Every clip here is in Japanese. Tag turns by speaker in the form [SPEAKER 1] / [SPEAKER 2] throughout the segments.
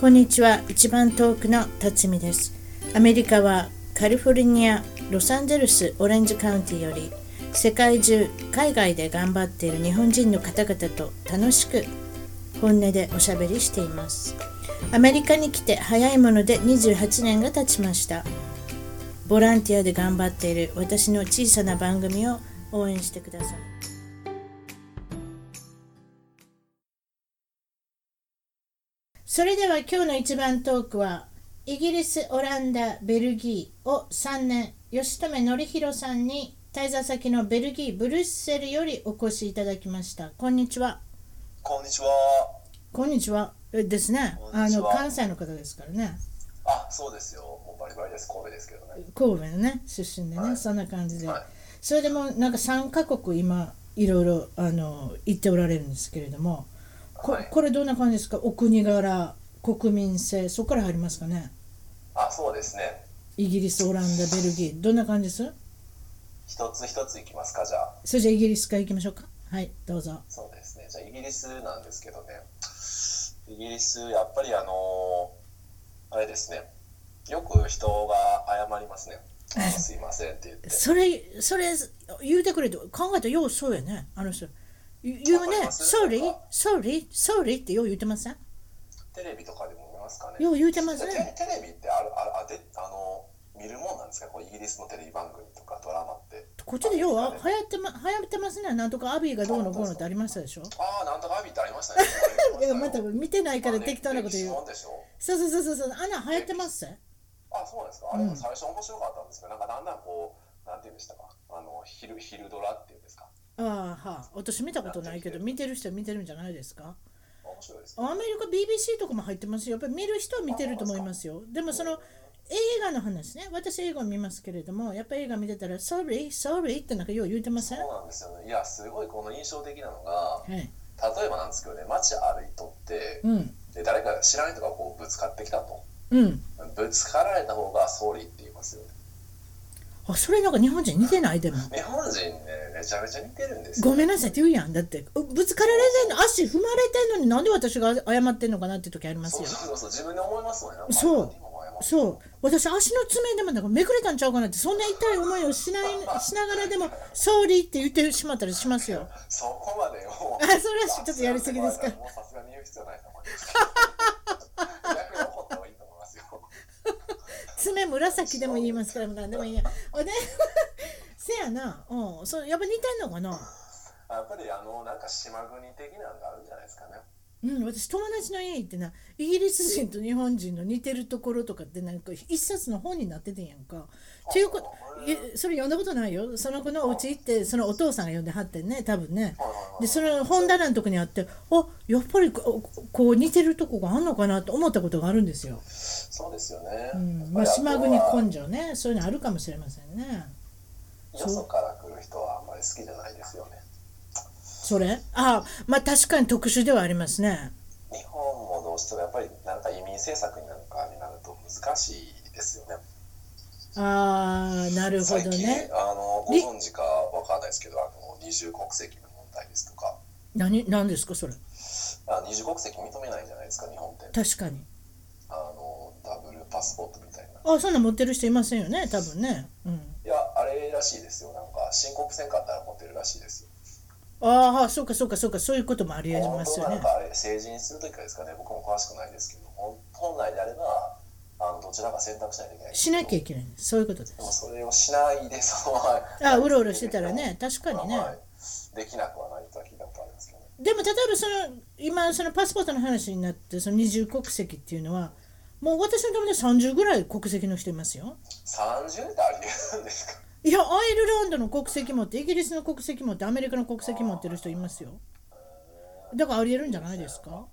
[SPEAKER 1] こんにちは一番遠くの辰巳ですアメリカはカリフォルニアロサンゼルスオレンジカウンティより世界中海外で頑張っている日本人の方々と楽しく本音でおしゃべりしていますアメリカに来て早いもので28年が経ちましたボランティアで頑張っている私の小さな番組を応援してくださいそれでは今日の一番トークはイギリス、オランダ、ベルギーを3年吉留則弘さんに滞在先のベルギー・ブルッセルよりお越しいただきましたこんにちは
[SPEAKER 2] こんにちは。
[SPEAKER 1] こんにちはえですね
[SPEAKER 2] こん
[SPEAKER 1] あ
[SPEAKER 2] にち
[SPEAKER 1] の
[SPEAKER 2] は
[SPEAKER 1] 関西の方ですからね
[SPEAKER 2] あ、そうですよ。もうバリバリです。神戸ですけどね。
[SPEAKER 1] 神戸のね出身でね、
[SPEAKER 2] はい
[SPEAKER 1] そんな感じで、
[SPEAKER 2] はい
[SPEAKER 1] それでもうなんか3カ国今いろいろあの行っておられるんですけれどもこ
[SPEAKER 2] はい
[SPEAKER 1] これどんな感じですかお国柄国民性そこから入りますかね
[SPEAKER 2] あ、そうですね。
[SPEAKER 1] イギリスオランダベルギーどんな感じです
[SPEAKER 2] 一つ一ついきますか、じゃあ。
[SPEAKER 1] それじゃあイギリスから行きましょうかはいどうぞ
[SPEAKER 2] そうですね。じゃあ、イギリスなんですけどね。イギリス、やっぱりあのーあれですね。よく人が謝りま すね。あのすいませんって言って。
[SPEAKER 1] それそれ言うてくれて考えたらようそうやねあの人言う
[SPEAKER 2] わかり
[SPEAKER 1] ね「
[SPEAKER 2] ますなん
[SPEAKER 1] sorry
[SPEAKER 2] か
[SPEAKER 1] sorry sorry」ってよう言うてません
[SPEAKER 2] テレビとかでも見ますかね。
[SPEAKER 1] よう言うてますね
[SPEAKER 2] テテレビってあるああであの見るもんなんですかこうイギリスのテレビ番組とかドラマって。
[SPEAKER 1] こっちでよう
[SPEAKER 2] あ
[SPEAKER 1] は流行ってま流行ってますねなんとかアビーがどうのこうのってありましたでしょ
[SPEAKER 2] あー、なんとかビってありましたね。
[SPEAKER 1] いやまた見てないから
[SPEAKER 2] まあ
[SPEAKER 1] 適当なこと言う
[SPEAKER 2] 歴史もんでしょ
[SPEAKER 1] そうそうそうそうそうあんなん流行ってます
[SPEAKER 2] あ、そうなんですか。あれも最初面白かったんですけど、なんかだんだんこう、なんていうんでしたか。あの、昼、昼ドラっていうんですか。
[SPEAKER 1] ああはあ私見たことないけど見てる人は見てるんじゃないですか
[SPEAKER 2] 面白いですね。
[SPEAKER 1] アメリカ BBC とかも入ってますよやっぱり見る人は見てると思いますよでもその映画の話ね私映画を見ますけれどもやっぱり映画見てたら「sorry sorry」ってなんかよう言うてません
[SPEAKER 2] そう
[SPEAKER 1] は
[SPEAKER 2] なんですよね。いや、すごいこの印象的なのが、
[SPEAKER 1] い
[SPEAKER 2] 例えばなんですけどね、街歩いとって、
[SPEAKER 1] うん
[SPEAKER 2] で、誰か知らない人がこうぶつかってきたと。
[SPEAKER 1] うん
[SPEAKER 2] ぶつかられた方が総理って言いますよね。
[SPEAKER 1] あそれなんか日本人似てないでも
[SPEAKER 2] 日本人ね、めちゃめちゃ似てるんですよ。
[SPEAKER 1] ごめんなさいって言うやんだってうぶつかられてんの足踏まれてんのになんで私が謝ってんのかなって時あります
[SPEAKER 2] そう
[SPEAKER 1] よ
[SPEAKER 2] そうそう、自分で思いますもんね。
[SPEAKER 1] そう
[SPEAKER 2] 今思います
[SPEAKER 1] そう私足の爪でもなんかめくれたんちゃうかなってそんな痛い思いをしないしながらでも「sorry」って言ってしまったりしますよ
[SPEAKER 2] そこまでもう。
[SPEAKER 1] あ それはちょっとやりすぎですか
[SPEAKER 2] もうさすがに言う必要ないと思います。逆に怒った方がいいと思いますよ。
[SPEAKER 1] 爪紫でも言いますから何でもいいやおでせやなうんそうやっぱ似てんのかな
[SPEAKER 2] やっぱりあのなんか島国的なのがあるんじゃないですかね。
[SPEAKER 1] うん私友達の家行ってなイギリス人と日本人の似てるところとかってなんか一冊の本になっててんやんかっていうことえそれ読んだことないよその子のお家行ってそのお父さんが読んではってんね多分ね
[SPEAKER 2] はいはいはい
[SPEAKER 1] でその本棚のとこにあってあやっぱりここう似てるとこがあんのかなと思ったことがあるんですよ、
[SPEAKER 2] そうですよね。
[SPEAKER 1] うんまあ、
[SPEAKER 2] やっぱり
[SPEAKER 1] 島
[SPEAKER 2] と
[SPEAKER 1] 国
[SPEAKER 2] は
[SPEAKER 1] 根性ねそういうのあるかもしれませんね
[SPEAKER 2] よそから来る人はあんまり好きじゃないですよね。
[SPEAKER 1] それあまあ確かに特殊ではありますね
[SPEAKER 2] 日本もどうしてもやっぱりなんか移民政策になんかになると難しいですよね。
[SPEAKER 1] ああなるほどね
[SPEAKER 2] 最近あのご
[SPEAKER 1] り
[SPEAKER 2] 存知かわかんないですけど、あの二重国籍の問題ですとか、
[SPEAKER 1] 何何ですかそれ
[SPEAKER 2] あ二重国籍認めないじゃないですか日本って。
[SPEAKER 1] 確かに
[SPEAKER 2] あのダブルパスポートみたいな。
[SPEAKER 1] あそんなん持ってる人いませんよね多分ね、うん、
[SPEAKER 2] いや、あれらしいですよ。なんか申告せんかったら持てるらしいですよ。
[SPEAKER 1] ああそうかそうかそうかそういうこともありえま
[SPEAKER 2] 本
[SPEAKER 1] す
[SPEAKER 2] 当
[SPEAKER 1] よ
[SPEAKER 2] はな
[SPEAKER 1] ね
[SPEAKER 2] んかあれ成人するときからですかね。僕も詳しくないですけど、本本来であればあのどちらか選択しないといけない。
[SPEAKER 1] しなきゃ
[SPEAKER 2] ゃ。
[SPEAKER 1] いけないそういうことです
[SPEAKER 2] でもそれをしないでそのまま
[SPEAKER 1] あうろうろしてたらね確かにね、
[SPEAKER 2] はいできなくはないとは聞いたことありますけどね。
[SPEAKER 1] でも例えばその今そのパスポートの話になってその二重国籍っていうのはもう私の友達30ぐらい国籍の人いますよ
[SPEAKER 2] 三十ってありえるんですか。
[SPEAKER 1] いやアイルランドの国籍持ってイギリスの国籍持ってアメリカの国籍持ってる人いますよだからありえるんじゃないですか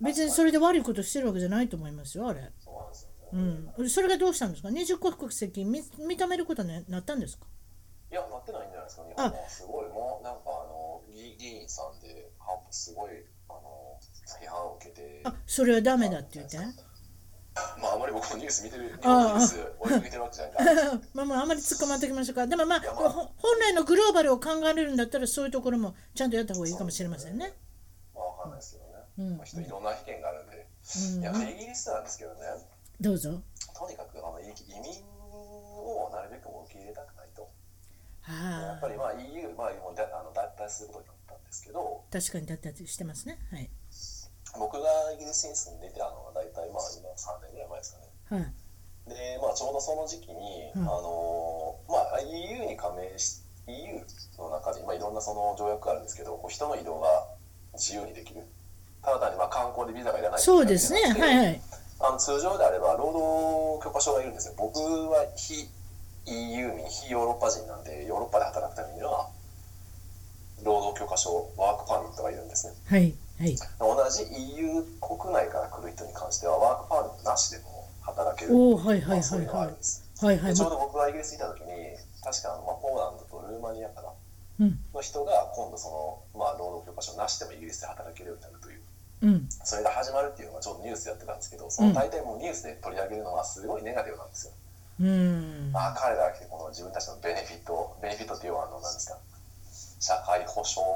[SPEAKER 1] 別にそれで悪いことしてるわけじゃないと思いますよあれ、
[SPEAKER 2] そうなんですよね。
[SPEAKER 1] うん、それがどうしたんですか二重国籍み認めることになったんですか
[SPEAKER 2] いや、なってないんじゃないですか、日本は。すごい、もう、なんか、あの、議議員さんで、反復すごい、あの、批判を受けて。
[SPEAKER 1] あそれはダメだって言 って
[SPEAKER 2] まあ、あまり僕もニュース見てる、日
[SPEAKER 1] あ
[SPEAKER 2] 本
[SPEAKER 1] あ
[SPEAKER 2] のニュース、追いかけてるわけじゃ ないから。
[SPEAKER 1] まあまああまり突っ込まんときましょうかでもまあ
[SPEAKER 2] いやまあ
[SPEAKER 1] ほ本来のグローバルを考えれるんだったらそういうところもちゃんとやった方がいいかもしれませんね
[SPEAKER 2] まあ、わかんないですけどね。
[SPEAKER 1] うん
[SPEAKER 2] まあ、人、いろんな意見があるんで。いや、イギリスなんですけどね、
[SPEAKER 1] どうぞ
[SPEAKER 2] とにかくあの移移民をなるべくも受け入れたくないと。や
[SPEAKER 1] あ
[SPEAKER 2] っぱ
[SPEAKER 1] あ
[SPEAKER 2] りまあ EU、まあ、もうだあの脱退することになったんですけど、
[SPEAKER 1] 確かにだったりしてますねはい
[SPEAKER 2] 僕がイギリスに住んでいて、あの大体まあ今3年ぐらい前ですかね。
[SPEAKER 1] はい
[SPEAKER 2] で、まあ、ちょうどその時期に、
[SPEAKER 1] うん
[SPEAKER 2] あのまあ、EU に加盟し EU の中で、まあ、いろんなその条約があるんですけどこう人の移動が自由にできるただ単にまあ観光でビザがいらない
[SPEAKER 1] そうですね
[SPEAKER 2] ってい
[SPEAKER 1] はい
[SPEAKER 2] 感じじゃなくて
[SPEAKER 1] はい
[SPEAKER 2] あの通常であれば労働許可証がいるんですよ僕は非 EU 民非ヨーロッパ人なんでヨーロッパで働くためには労働許可証ワークパーミットがいるんですね
[SPEAKER 1] はいはい
[SPEAKER 2] 同じ EU 国内から来る人に関してはワークパーミットなしでも働ける
[SPEAKER 1] おおはいは
[SPEAKER 2] ま
[SPEAKER 1] い
[SPEAKER 2] あそ
[SPEAKER 1] はい
[SPEAKER 2] う
[SPEAKER 1] う
[SPEAKER 2] のがあ
[SPEAKER 1] は
[SPEAKER 2] るんです
[SPEAKER 1] いはいはい
[SPEAKER 2] でちょうど僕がイギリスにいた時に確かあの、まあ、ポーランドとルーマニアかな
[SPEAKER 1] うん
[SPEAKER 2] の人が今度その、まあ、労働許可証なしでもイギリスで働けるようになるという
[SPEAKER 1] うん
[SPEAKER 2] それが始まるっていうのがちょうどニュースやってたんですけどその大体もうニュースで取り上げるのはすごいネガティブなんですよ、
[SPEAKER 1] うん
[SPEAKER 2] ああ彼らが来てこの自分たちのベネフィットベネフィットっていうのはあの何ですか社会保障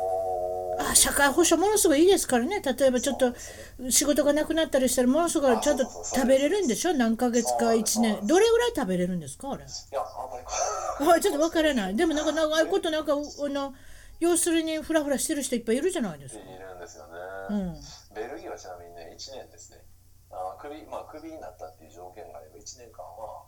[SPEAKER 1] あ社会保障ものすごいいいですからね例えばちょっ
[SPEAKER 2] そ
[SPEAKER 1] と
[SPEAKER 2] うですね
[SPEAKER 1] 仕事がなくなったりしたらものすごいちゃんと
[SPEAKER 2] あそうそうそう
[SPEAKER 1] 食べれるんでしょ何ヶ月
[SPEAKER 2] そう
[SPEAKER 1] か
[SPEAKER 2] なんです
[SPEAKER 1] 1年どれぐらい食べれるんですかあれ
[SPEAKER 2] いやあんまりこ
[SPEAKER 1] はいちょっとわからないでもなんか長いことなんかあの要するにフラフラしてる人いっぱいいるじゃないです
[SPEAKER 2] う
[SPEAKER 1] か
[SPEAKER 2] いるんですよね、
[SPEAKER 1] うん
[SPEAKER 2] ベルギーはちなみにね、1年ですね、あクビ,、まあ、クビになったっていう条件があれば、1年間は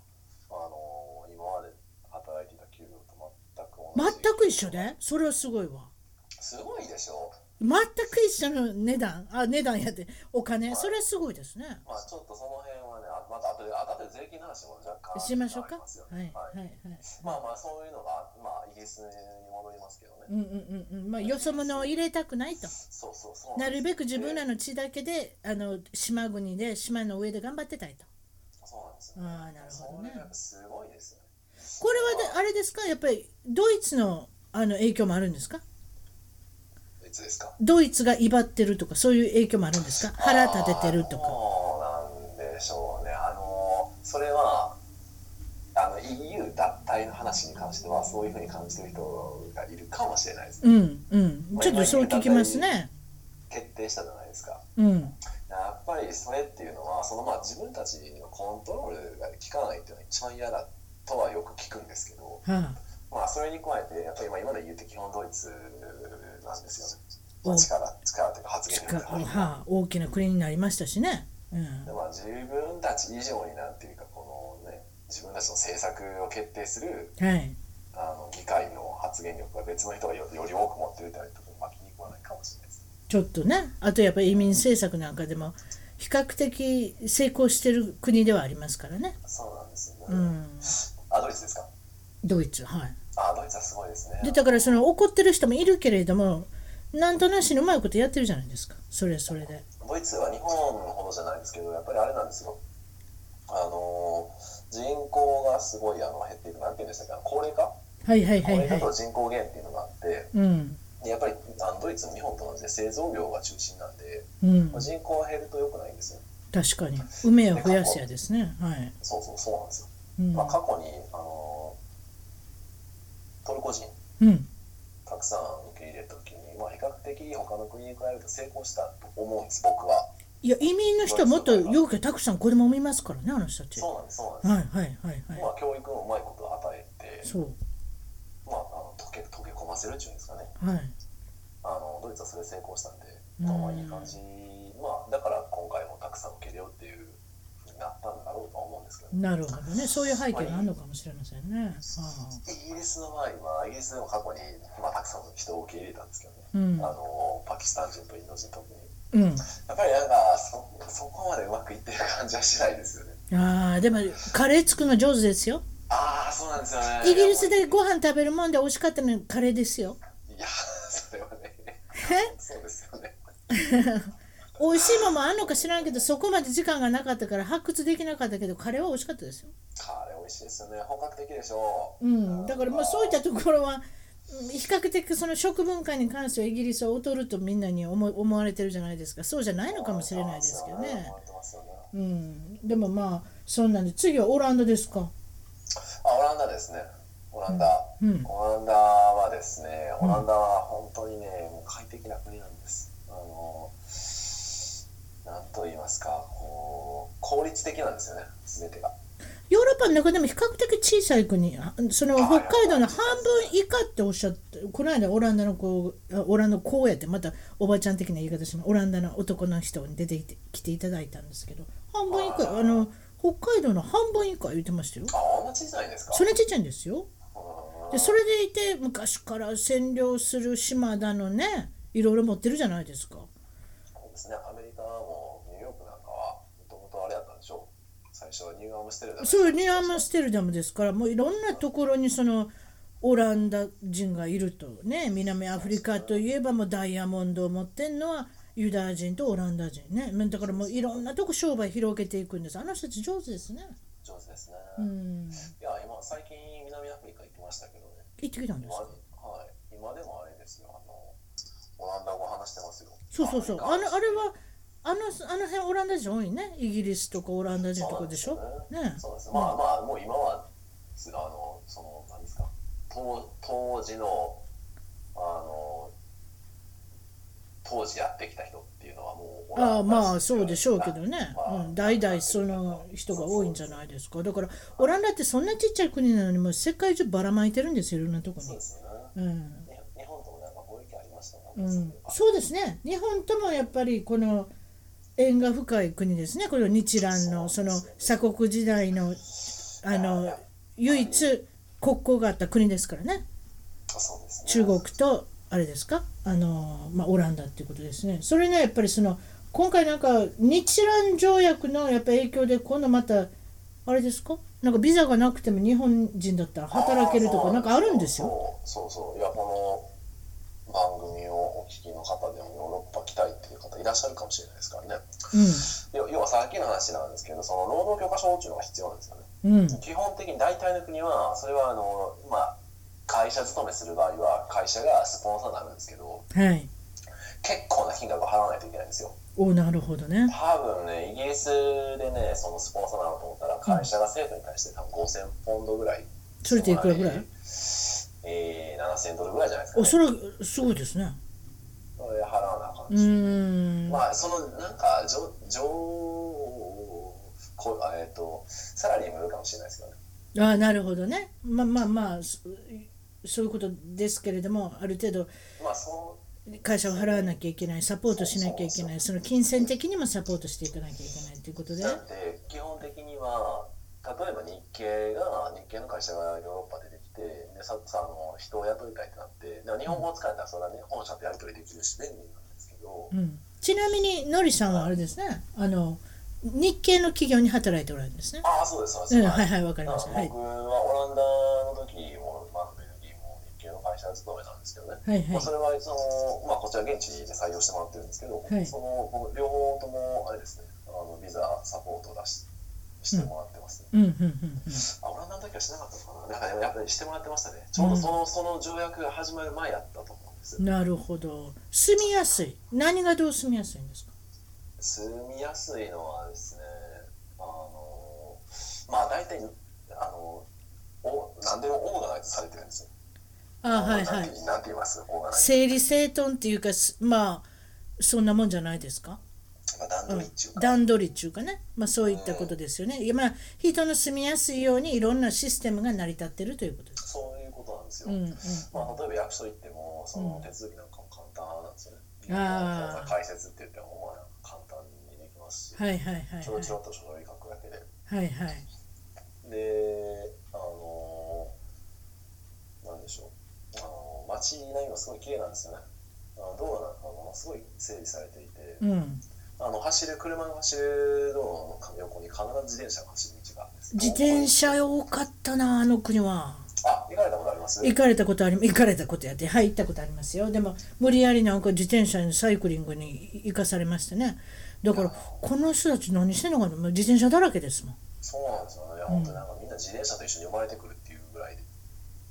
[SPEAKER 2] あのー今まで働いていた給料と全く同じ。
[SPEAKER 1] 全く一緒でそれはすごいわ
[SPEAKER 2] すごいでしょ、
[SPEAKER 1] 全く一緒の値段あ値段やってお金それはすごいですね
[SPEAKER 2] まあ、ちょっとその辺はね、あまた後で、あ後で税金の話も若干
[SPEAKER 1] しましょうか
[SPEAKER 2] ありますよ
[SPEAKER 1] はい
[SPEAKER 2] ね
[SPEAKER 1] はい
[SPEAKER 2] はい
[SPEAKER 1] はい
[SPEAKER 2] まあまあ、そういうのが、まあ、イギリスに戻りますけどね。
[SPEAKER 1] うんうんうんうんまあよそ者を入れたくないと
[SPEAKER 2] そうそうそう
[SPEAKER 1] なるべく自分ら
[SPEAKER 2] の。
[SPEAKER 1] の血だけであの島国で島の上で頑張ってたいと
[SPEAKER 2] そうなんですよ、
[SPEAKER 1] ああなるほどね
[SPEAKER 2] それがすごいですよね。
[SPEAKER 1] これはであれですかやっぱりドイツのあの影響もあるんですか
[SPEAKER 2] いつですか
[SPEAKER 1] ドイツが威張ってるとかそういう影響もあるんですか腹立ててるとか
[SPEAKER 2] あーそうなんでしょうねあのそれはあの EU 脱退の話に関してはそういうふうに感じてる人がいるかもしれないですね
[SPEAKER 1] うんうんちょっとそう聞きますね
[SPEAKER 2] 決定したじゃないですか
[SPEAKER 1] うん
[SPEAKER 2] やっぱりそれっていうのはそのまあ自分たちのコントロールが効かないっていうのが一番嫌だとはよく聞くんですけど、
[SPEAKER 1] はあ
[SPEAKER 2] まあ、それに加えてやっぱり今今で言うて基本ドイツなんですよね、まあ、
[SPEAKER 1] お
[SPEAKER 2] 力力というか発言
[SPEAKER 1] 近
[SPEAKER 2] 力
[SPEAKER 1] くはあ大きな国になりましたしねうん
[SPEAKER 2] でまあ、自分たち以上になんていうかこのね自分たちの政策を決定する
[SPEAKER 1] はい
[SPEAKER 2] あの議会の発言力が別の人がよより多く持ってるってところ巻きに食わないかもしれないですね。
[SPEAKER 1] ちょっとねあとやっぱり移民政策なんかでも比較的成功してる国ではありますからね
[SPEAKER 2] そうなんですよ
[SPEAKER 1] う
[SPEAKER 2] ね。
[SPEAKER 1] ん
[SPEAKER 2] あドイツですか。
[SPEAKER 1] ドイツはい
[SPEAKER 2] あドイツはすごいですね。
[SPEAKER 1] でだからその怒ってる人もいるけれどもなんとなしにうまいことやってるじゃないですかそれはそれで
[SPEAKER 2] ドイツは日本ほどじゃないですけどやっぱりあれなんですよ。あの人口がすごいあの減っていくなんていうんでしたっけあの高齢化
[SPEAKER 1] はいはいは
[SPEAKER 2] 高
[SPEAKER 1] いは
[SPEAKER 2] 齢化
[SPEAKER 1] い
[SPEAKER 2] と人口減っていうのがあって、
[SPEAKER 1] うん
[SPEAKER 2] でやっぱりあのドイツも日本と同じで製造業が中心なんで、
[SPEAKER 1] うん
[SPEAKER 2] まあ人口が減ると良くないんですよ。
[SPEAKER 1] 確かに梅を増やすやですねはい、
[SPEAKER 2] そうそうそうなんですよ。
[SPEAKER 1] うん
[SPEAKER 2] まあ、過去に、あのトルコ人
[SPEAKER 1] うん、
[SPEAKER 2] たくさん受け入れた時に、まあ、比較的他の国に比べると成功したと思うんです僕は。
[SPEAKER 1] いや移民の人はもっとよくたくさん子供産みますからねあの人たちは
[SPEAKER 2] そうなんですそうなん
[SPEAKER 1] い
[SPEAKER 2] です。
[SPEAKER 1] はいはい
[SPEAKER 2] ま
[SPEAKER 1] は
[SPEAKER 2] あ、教育をうまいこと与えて
[SPEAKER 1] い、そ
[SPEAKER 2] まあ、あの溶け溶け込ませるっていうんですかね
[SPEAKER 1] うはい
[SPEAKER 2] あのドイツはそれ成功したんで、
[SPEAKER 1] うん
[SPEAKER 2] まあまあ、いい感じ、まあ、だから今回もたくさん受け入れようっていうふうになったんだろうとは思うんですけど、
[SPEAKER 1] なるほどねそういう背景があるのかもしれませんね、ああ
[SPEAKER 2] イギリスの場合はイギリスでも過去に、まあ、たくさんの人を受け入れたんですけどね、
[SPEAKER 1] うん
[SPEAKER 2] あのパキスタン人とインド人特に。
[SPEAKER 1] うん
[SPEAKER 2] やっぱりなんかそそこまでうまくいってる感じはしないですよね。
[SPEAKER 1] ああでもカレー作るの上手ですよ
[SPEAKER 2] ああ、そうなんですよね。
[SPEAKER 1] イギリスでご飯食べるもんで美味しかったのカレーですよ
[SPEAKER 2] いや、それはね、そうですよね。
[SPEAKER 1] 美味しいもんもあんのか知らんけどそこまで時間がなかったから発掘できなかったけどカレーは美味しかったですよ、
[SPEAKER 2] カレー美味しいですよね。本格的でしょう。
[SPEAKER 1] うん、だからまあそういったところはうん比較的その食文化に関してはイギリスは劣るとみんなに思い思われてるじゃないですかそうじゃないのかもしれないですけど
[SPEAKER 2] そうなん
[SPEAKER 1] ね
[SPEAKER 2] 思、ってますよね
[SPEAKER 1] うん、でもまあそんなんで次はオランダですか
[SPEAKER 2] あ、オランダですね。オランダ。
[SPEAKER 1] うん
[SPEAKER 2] オランダはですね、オランダは本当にね、もう快適な国なんです。あの、なんと言いますか、こ効率的なんですよね、全てが。
[SPEAKER 1] ヨーロッパの中でも比較的小さい国あその北海道の半分以下っておっしゃってこの間オランダの子あオランダの子やってまたおばちゃん的な言い方しますオランダの男の人に出てきて来ていただいたんですけど半分以
[SPEAKER 2] あ
[SPEAKER 1] 下
[SPEAKER 2] ー
[SPEAKER 1] あの北海道の半分以下言ってましたよ
[SPEAKER 2] あ、あんな小さいんですか。
[SPEAKER 1] それちっちゃいんですよ
[SPEAKER 2] うん
[SPEAKER 1] でそれでいて昔から占領する島だのねいろいろ持ってるじゃないですか
[SPEAKER 2] そうですね、アメリカもニューヨークなんかは、もともとあれやったんでしょう。最初はニューアームステルダム
[SPEAKER 1] そうニューアムステルダムですからもういろんなところにそのオランダ人がいるとね南アフリカといえばもうダイヤモンドを持ってんのはユダヤ人とオランダ人ねまあだからもういろんなとこ商売広げていくんですあの人たち上手ですね
[SPEAKER 2] 上手ですね。
[SPEAKER 1] うん
[SPEAKER 2] いや、今、最近南アフリカ行きましたけどね。
[SPEAKER 1] 行ってきたんで
[SPEAKER 2] 今、
[SPEAKER 1] すか
[SPEAKER 2] はい、今でもあれですよ。あの、オランダ語話してますよ。
[SPEAKER 1] そうそうそうあ
[SPEAKER 2] ア
[SPEAKER 1] の
[SPEAKER 2] メリカ
[SPEAKER 1] あれはあのあの辺オランダ人多いねイギリスとかオランダ人とかでしょね
[SPEAKER 2] そうです。まあまあ、もう今は、つあの、その、なんですか、当当時の、あの、当時やってきた人っていうのはもう、
[SPEAKER 1] ああまあそうでしょうけどね、
[SPEAKER 2] まあ
[SPEAKER 1] うん、代々その人が多いんじゃないですかだからオランダってそんなちっちゃい国なのにもう世界中ばらまいてるんですよいろんなとこ
[SPEAKER 2] そうですよね。
[SPEAKER 1] に、うん
[SPEAKER 2] 日日本ともなんか貿易ありましたもん
[SPEAKER 1] う
[SPEAKER 2] ね。
[SPEAKER 1] ん、
[SPEAKER 2] そ
[SPEAKER 1] そうですね日本ともやっぱりこの縁が深い国ですねこの日蘭のその鎖国時代のあの唯一国交があった国ですからね
[SPEAKER 2] そうですね。
[SPEAKER 1] 中国とあれですかあの、まあ、オランダっていうことですねそれねやっぱりその今回なんか日蘭条約のやっぱ影響で今度またあれですかなんかビザがなくても日本人だったら働けるとかなんかあるんですよ。
[SPEAKER 2] そうそうそういやこの番組をお聞きの方でもヨーロッパ来たいっていう方いらっしゃるかもしれないですからね。要要はさっきの話なんですけど、その労働許可証っていうのが必要なんですよね。
[SPEAKER 1] うん、うん、
[SPEAKER 2] 基本的に大体の国は、それはあの、まあ、会社勤めする場合は会社がスポンサーになるんですけど、
[SPEAKER 1] はい
[SPEAKER 2] 結構な金額を払わないといけないんですよ。
[SPEAKER 1] おなるほどね
[SPEAKER 2] 多分ね、イギリスでね、そのスポンサーなのと思ったら、会社が政府に対して多分5000ポンドぐらい、
[SPEAKER 1] それっていくらぐらい
[SPEAKER 2] えー、7000ドルぐらいじゃないですか、
[SPEAKER 1] お
[SPEAKER 2] ね。
[SPEAKER 1] それすごいですね
[SPEAKER 2] それ払わなあかん
[SPEAKER 1] う
[SPEAKER 2] し。
[SPEAKER 1] ーん
[SPEAKER 2] まあ、その、なんか、じょ上、こあえっ、と、サラリーもいるかもしれないですけどね。
[SPEAKER 1] ああなるほどねまあまあまあそそういうことですけれどもある程度
[SPEAKER 2] まあ、そう。
[SPEAKER 1] 会社を払わなきゃいけないサポートしなきゃいけないその金銭的にもサポートしていかなきゃいけないということで
[SPEAKER 2] だって基本的には例えば日系が日系の会社がヨーロッパでできてでささあの人を雇いたいってなってで日本語を使えたらそれはね本社とやり取りできるし便利なんですけど
[SPEAKER 1] うん、ちなみにのりさんはあれですねあの日系の企業に働いておられるんですね
[SPEAKER 2] ああそうですそうです、
[SPEAKER 1] うんはいはいわかりました
[SPEAKER 2] あ
[SPEAKER 1] はい
[SPEAKER 2] 僕はオランダの時も、まあ、ベルギーも日系の会社勤めなんですけどね、
[SPEAKER 1] はいは
[SPEAKER 2] まあ、
[SPEAKER 1] い
[SPEAKER 2] それはその、まあ、こちら現地で採用してもらってるんですけど、
[SPEAKER 1] はい
[SPEAKER 2] その僕両方ともあれですねあのビザサポートを出ししてもらってますね、
[SPEAKER 1] うんうんうんうん
[SPEAKER 2] あオランダの時はしなかったのかな、なんかやっぱりしてもらってましたね、ちょうどその,、その条約が始まる前やったと思うんです。
[SPEAKER 1] なるほど住みやすい何がどう住みやすいんですか
[SPEAKER 2] 住みやすいのはですね、あのまあ、大体あのお、何でもオーガナイズされてるんですよ。
[SPEAKER 1] あはいは
[SPEAKER 2] なん
[SPEAKER 1] い
[SPEAKER 2] てなんて言います、オーガナイズ。
[SPEAKER 1] 整理整頓っていうかすまあそんなもんじゃないですか
[SPEAKER 2] まあ、段取りっていうか、
[SPEAKER 1] 段取りっていうかね、まあ、そういったことですよね、いやまあ、人の住みやすいようにいろんなシステムが成り立ってるということです。
[SPEAKER 2] そういうことなんですよ。
[SPEAKER 1] うんうん
[SPEAKER 2] まあ、例えば役所行っても、その手続きなんかも簡単なんですよね。
[SPEAKER 1] あー
[SPEAKER 2] 解説って言っても、まあ、簡単にできますし、
[SPEAKER 1] はいはいはい
[SPEAKER 2] ちょろちょ
[SPEAKER 1] は
[SPEAKER 2] ろっと書類書くだけで。
[SPEAKER 1] い。はいはい。
[SPEAKER 2] で、あのなんでしょう、あの街並みがすごい綺麗なんですよね。あの道路なんかもものすごい整備されていて、
[SPEAKER 1] うん。
[SPEAKER 2] あの走る車が走る道路の横に必ず自転車が走る道があるんですよ。
[SPEAKER 1] 自転車多かったな、あの国は。
[SPEAKER 2] あ、行かれたことあります
[SPEAKER 1] 行かれたことあり、行かれたことやって、はい、行ったことありますよ。でも、無理やりなんか自転車にサイクリングに行かされましたね。だから、この人たち何してんのかな、もう自転車だらけですもん。
[SPEAKER 2] そうなんですよね。本当になんかみんな自転車と一緒に生まれてくるっていうぐらいで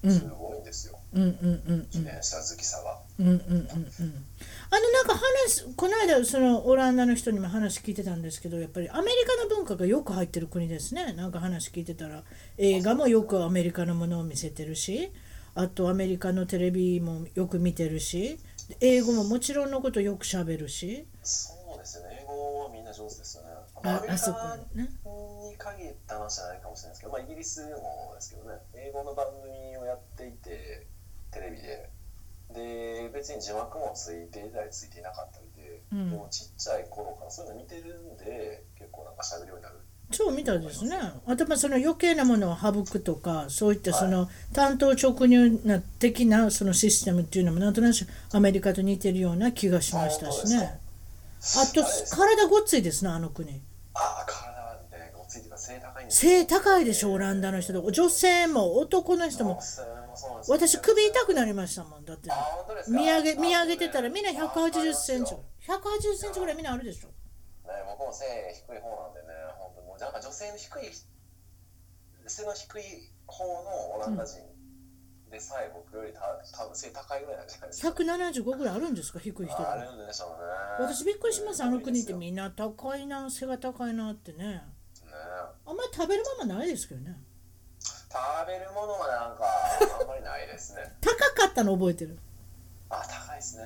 [SPEAKER 1] うん
[SPEAKER 2] すごいんですよ、
[SPEAKER 1] うんうんうんうん
[SPEAKER 2] 自。転車好きさが。
[SPEAKER 1] うんうんうんうん、あのなんか話この間そのオランダの人にも話聞いてたんですけどやっぱりアメリカの文化がよく入ってる国ですねなんか話聞いてたら映画もよくアメリカのものを見せてるしあとアメリカのテレビもよく見てるし英語ももちろんのことよくしゃべるし
[SPEAKER 2] そうですよね。英語はみんな上手ですよね。
[SPEAKER 1] ああそこね
[SPEAKER 2] に限った話じゃないかもしれないですけど、まあ、イギリスもですけどね英語の番組をやっていてテレビでで別に字幕もついていたりついていなかったりで、
[SPEAKER 1] うん
[SPEAKER 2] でもちっちゃい頃からそういうの見てるんで結構なんか喋るようになる
[SPEAKER 1] そうみたいですね。あとまあその余計なものを省くとかそういったその単刀直入な的なそのシステムっていうのもなんとなくアメリカと似てるような気がしましたしね。あと
[SPEAKER 2] れです
[SPEAKER 1] 体ごっついですねあの国。
[SPEAKER 2] ああ体はねごっついていうか背高いんです
[SPEAKER 1] 背高いでしょオランダの人と女性も男の人も私首痛くなりましたもんだって
[SPEAKER 2] あ本当ですか
[SPEAKER 1] 見上げ見上げてたらみんな
[SPEAKER 2] あわかり
[SPEAKER 1] 180
[SPEAKER 2] ます
[SPEAKER 1] セ
[SPEAKER 2] よ
[SPEAKER 1] ンチ180センチぐらいみんなあるでしょ。
[SPEAKER 2] ね、僕も背低い方なんでね、本当にもうなんか女性の低い、背の低い方のオランダ人でさえ僕よりた多分背高いぐらいなんじゃないですか。
[SPEAKER 1] 175ぐらいあるんですか低い人
[SPEAKER 2] あ
[SPEAKER 1] が。
[SPEAKER 2] るんでしょうね。
[SPEAKER 1] 私びっくりしますあの国って
[SPEAKER 2] ね
[SPEAKER 1] みんな高いな背が高いなってね。
[SPEAKER 2] 食
[SPEAKER 1] あんまり食べるものないですけどね
[SPEAKER 2] べるものはなんかあんまりないですね。
[SPEAKER 1] 高かったの覚えてる
[SPEAKER 2] あ、高いですね。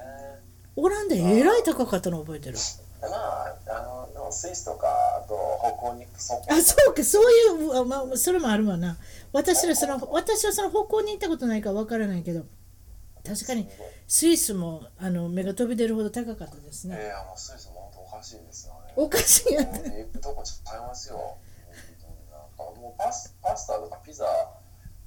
[SPEAKER 1] オランダえらい高かったの覚えてる
[SPEAKER 2] まあ、あの、でもスイスとか、あと、北欧に、そこ
[SPEAKER 1] あそうかそういうあ、まあ、それもあるわな私らその私はその方向に行ったことないからわからないけど確かにスイスもあの目が飛び出るほど高かったです
[SPEAKER 2] い
[SPEAKER 1] ね
[SPEAKER 2] や、もうスイスも本当おかしいですよね。
[SPEAKER 1] おかしいやね
[SPEAKER 2] 行くとこちょっと変えますよ。なんかもうパスパスタとかピザ、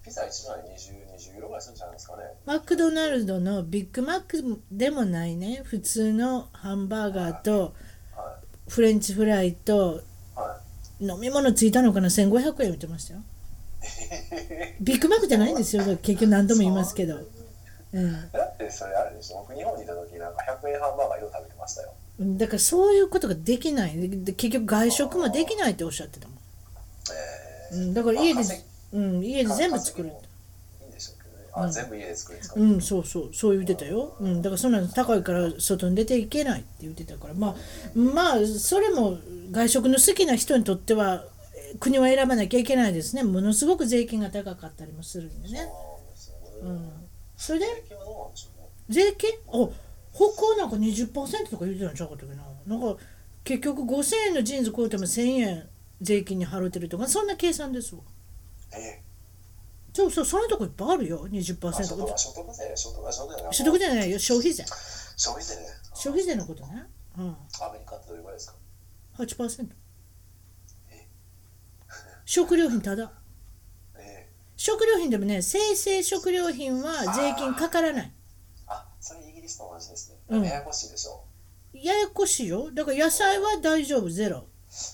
[SPEAKER 2] ピザ1枚20、20ユーロぐらいするんじゃないですかね。
[SPEAKER 1] マクドナルドのビッグマックでもないね普通のハンバーガーと
[SPEAKER 2] は
[SPEAKER 1] フレンチフライと
[SPEAKER 2] い。 は
[SPEAKER 1] 飲み物ついたのかな1500円売ってましたよ
[SPEAKER 2] い。
[SPEAKER 1] ビッグマックじゃないんですよだから結局何度も言いますけど、うん、
[SPEAKER 2] だってそれあれでしょ、僕日本にいた時なんか100円ハンバーガーよう食べてましたよ。
[SPEAKER 1] だからそういうことができないでで結局外食もできないっておっしゃってたもん、
[SPEAKER 2] え
[SPEAKER 1] うん、だから家で
[SPEAKER 2] まあ、
[SPEAKER 1] うん、家で全部作る
[SPEAKER 2] まあいいんでしょうけどね。あ、全部家で作るんですか、
[SPEAKER 1] うんそうそうそう言ってたよ、うん、だからそんなの高いから外に出ていけないって言ってたからまあまあそれも外食の好きな人にとってはえー国は選ばなきゃいけないですねものすごく税金が高かったりもするんでね、
[SPEAKER 2] そうですよね。
[SPEAKER 1] うん、それで
[SPEAKER 2] 最近はどうなんでしょうね。
[SPEAKER 1] 税金お北欧なんか20%とか言ってたんちゃうかったっけななんか結局5000円のジーンズ買うても1000円税金に払ってるとかそんな計算ですわ
[SPEAKER 2] え
[SPEAKER 1] そうそうそのとこいっぱいあるよ
[SPEAKER 2] あ所得
[SPEAKER 1] 20%
[SPEAKER 2] 所得税、所得税、所得税。
[SPEAKER 1] 所得じゃないよ消費税
[SPEAKER 2] 消費税ね。
[SPEAKER 1] 消費税のことねうん
[SPEAKER 2] アメリカってどれぐらいですか
[SPEAKER 1] 8%
[SPEAKER 2] え
[SPEAKER 1] 食料品ただ
[SPEAKER 2] ええ
[SPEAKER 1] 食料品でもね生成食料品は税金かからない
[SPEAKER 2] あ、それイギリスと同じですね。
[SPEAKER 1] うん
[SPEAKER 2] ややこしいでしょ。
[SPEAKER 1] ややこしいよだから野菜は大丈夫ゼロ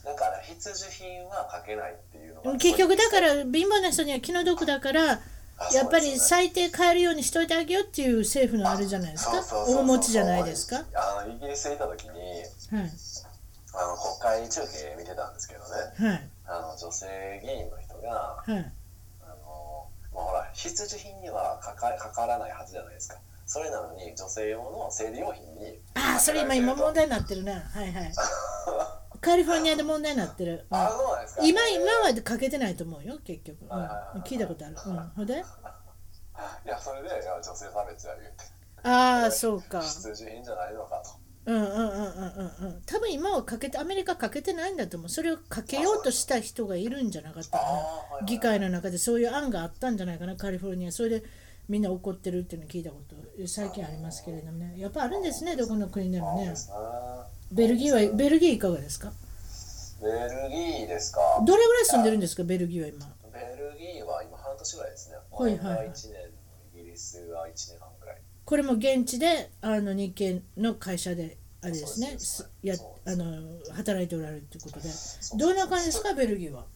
[SPEAKER 2] なんかあの必需品はかけないっていうのが
[SPEAKER 1] 結局だから貧乏な人には気の毒だから
[SPEAKER 2] あ
[SPEAKER 1] やっぱり
[SPEAKER 2] そう
[SPEAKER 1] 最低買えるようにしといてあげようっていう政府のあれじゃないですか
[SPEAKER 2] そうそうそうそう
[SPEAKER 1] 大持ちじゃないですか、は
[SPEAKER 2] あのイギリスにいた時に
[SPEAKER 1] い
[SPEAKER 2] あの国会中継見てたんですけどね
[SPEAKER 1] はい
[SPEAKER 2] あの女性議員の人が
[SPEAKER 1] はい
[SPEAKER 2] あの、まあ、ほら必需品にはかかかからないはずじゃないですかそれなのに女性用の生理用品に
[SPEAKER 1] ああそれ今今問題になってるなはい はいカリフォルニアで問題になってる、うん
[SPEAKER 2] あそうなんですか
[SPEAKER 1] 今今はかけてないと思うよ結局、
[SPEAKER 2] はいはいは
[SPEAKER 1] う
[SPEAKER 2] い
[SPEAKER 1] ん、聞いたことある、うん、ほんで
[SPEAKER 2] いやそれでいや女性差別や言うて
[SPEAKER 1] ああそうか
[SPEAKER 2] 必需品じゃないのかと
[SPEAKER 1] うんうんうんうんうんうん多分今はかけてアメリカかけてないんだと思うそれをかけようとした人がいるんじゃなかったかな
[SPEAKER 2] ああ
[SPEAKER 1] 議会の中でそういう案があったんじゃないかなカリフォルニアそれでみんな怒ってるっていうのを聞いたこと最近ありますけれどもねやっぱあるんですねどこの国でも
[SPEAKER 2] そう
[SPEAKER 1] ね
[SPEAKER 2] ですね
[SPEAKER 1] ベルギーはベルギーいかがですか
[SPEAKER 2] ベルギーですか
[SPEAKER 1] どれぐらい住んでるんですかベルギーは今
[SPEAKER 2] ベルギーは今半年ぐらいですね。
[SPEAKER 1] はいはいはい
[SPEAKER 2] オランダ1年、イギリスは1年半ぐらい。
[SPEAKER 1] これも現地であの日系の会社であれです
[SPEAKER 2] そう
[SPEAKER 1] ね
[SPEAKER 2] です
[SPEAKER 1] すや
[SPEAKER 2] そう
[SPEAKER 1] あの働いておられるということで
[SPEAKER 2] う
[SPEAKER 1] どんな感じですかベルギーは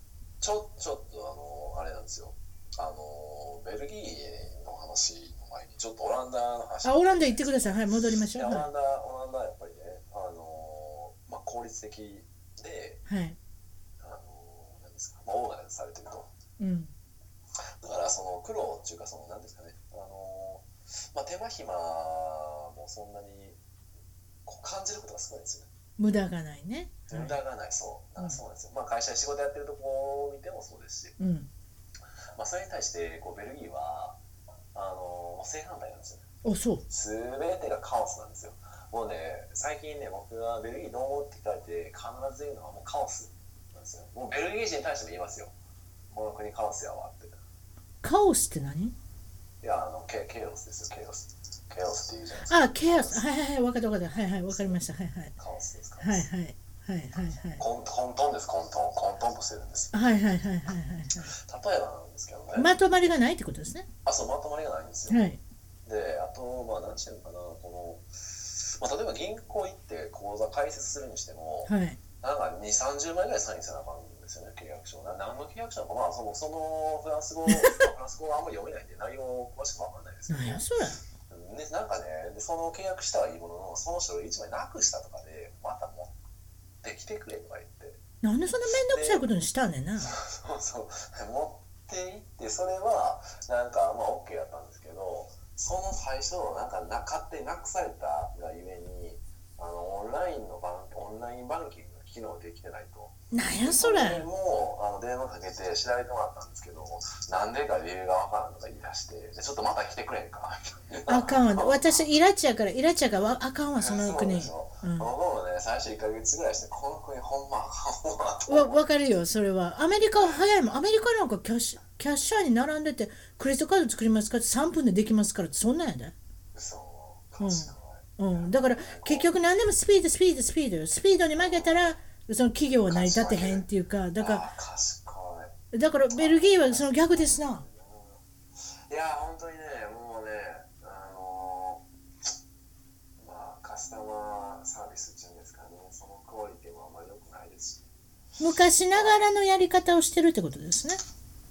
[SPEAKER 2] ちょちょっとあの、あれなんですよ。あの、ベルギーの話の前に、ちょっとオランダの話。
[SPEAKER 1] あオランダ行ってくださいはい戻りまし
[SPEAKER 2] い
[SPEAKER 1] ょう
[SPEAKER 2] やオ
[SPEAKER 1] は
[SPEAKER 2] ランダ、オランダはやっぱりね、あの、まあ、効率的で、
[SPEAKER 1] い、はい
[SPEAKER 2] あの、なんですか、まあ、オーガナイズされてると。
[SPEAKER 1] うん、
[SPEAKER 2] だからその苦労っていうかその何ですかねあの、まあ、手間暇もそんなにこう感じることが少ないんですよね
[SPEAKER 1] 無駄がないね、は
[SPEAKER 2] 無
[SPEAKER 1] い
[SPEAKER 2] 駄がないそうなんかそうなんですよ、まあ、会社で仕事やってるとこを見てもそうですし、
[SPEAKER 1] うん、
[SPEAKER 2] まあ、それに対してこうベルギーはあの正反対なんですよね
[SPEAKER 1] おそう
[SPEAKER 2] 全てがカオスなんですよもうね、最近ね、僕はベルギーどうって聞かれて、必ず言うのはもうカオスなんですよ。もうベルギー人に対しても言いますよ。この国カオスやわって。い
[SPEAKER 1] カオスって何
[SPEAKER 2] や、あの、ケケイオスですよ、ケイオス。ケイオスって言うじゃないですか。
[SPEAKER 1] あ、ケアス。はいはいはい、わかったわかった。はいはい、わかりました。はいはい。
[SPEAKER 2] カオスですか。
[SPEAKER 1] はいはい。はいはいはい。
[SPEAKER 2] 混混沌です、混沌。混沌としてるんです。
[SPEAKER 1] はいはいはいはいは
[SPEAKER 2] 例えばなんですけ
[SPEAKER 1] い。
[SPEAKER 2] どね、
[SPEAKER 1] まとまりがないってことですね。
[SPEAKER 2] あ、そう、まとまりがないんですよ。
[SPEAKER 1] はい。
[SPEAKER 2] で、あと、まあ、なんていうのかな、この、まあ、例えば銀行行って口座開設するにしても、
[SPEAKER 1] はい。
[SPEAKER 2] なんか2、30枚ぐらいサインせなあかんですよね、契約書。な何の契約書なのか、まあ、そのそのフランス語、ま あフランス語はあんまり読めないんで、内容詳しくわかんないですけど
[SPEAKER 1] なんやそれ。
[SPEAKER 2] でなんかね、でその契約したはいいものの、その書類1枚なくしたとかで、また持ってきてくれとか言って。
[SPEAKER 1] なんでそんなめんどくさいことにしたんねんな。
[SPEAKER 2] そうそう 持って行ってそれはなんかまあ OK だったんですけどその最初なんかな勝手になくされたがゆえにあのオンラインのバンオンラインバンキングが機能できてないと
[SPEAKER 1] なんやそれ。
[SPEAKER 2] もあの電話かけて調べてもらったんですけどなんでか理由がわからんとか言い出してでちょっとまた来てくれんかみたいな
[SPEAKER 1] あかんわ。私、イラチやから、イラチやからわ、あかんわ、その国。
[SPEAKER 2] そう
[SPEAKER 1] う
[SPEAKER 2] なんの僕もね最初1か月ぐらいしてこの国ほんまあかんわと
[SPEAKER 1] わ、わかるよ、それは。アメリカは早いもん。アメリカなんかキャッシュ、キャッシャーに並んでて、クレジットカード作りますかって3分でできますからって、そんなんやで。
[SPEAKER 2] そうかもしれない、
[SPEAKER 1] うん。だから、結局何でもスピード、スピード、スピードよ。スピードに負けたら、その企業は成り立てへんっていうか、だか
[SPEAKER 2] あー賢い
[SPEAKER 1] ら、だからベルギーはその逆ですな。
[SPEAKER 2] いや本当にね、もうね、あのーまあ、カスタマーサービスっていうんですかね、そのクオリティもあんまり良くないですし、
[SPEAKER 1] 昔ながらのやり方をしてるってことですね。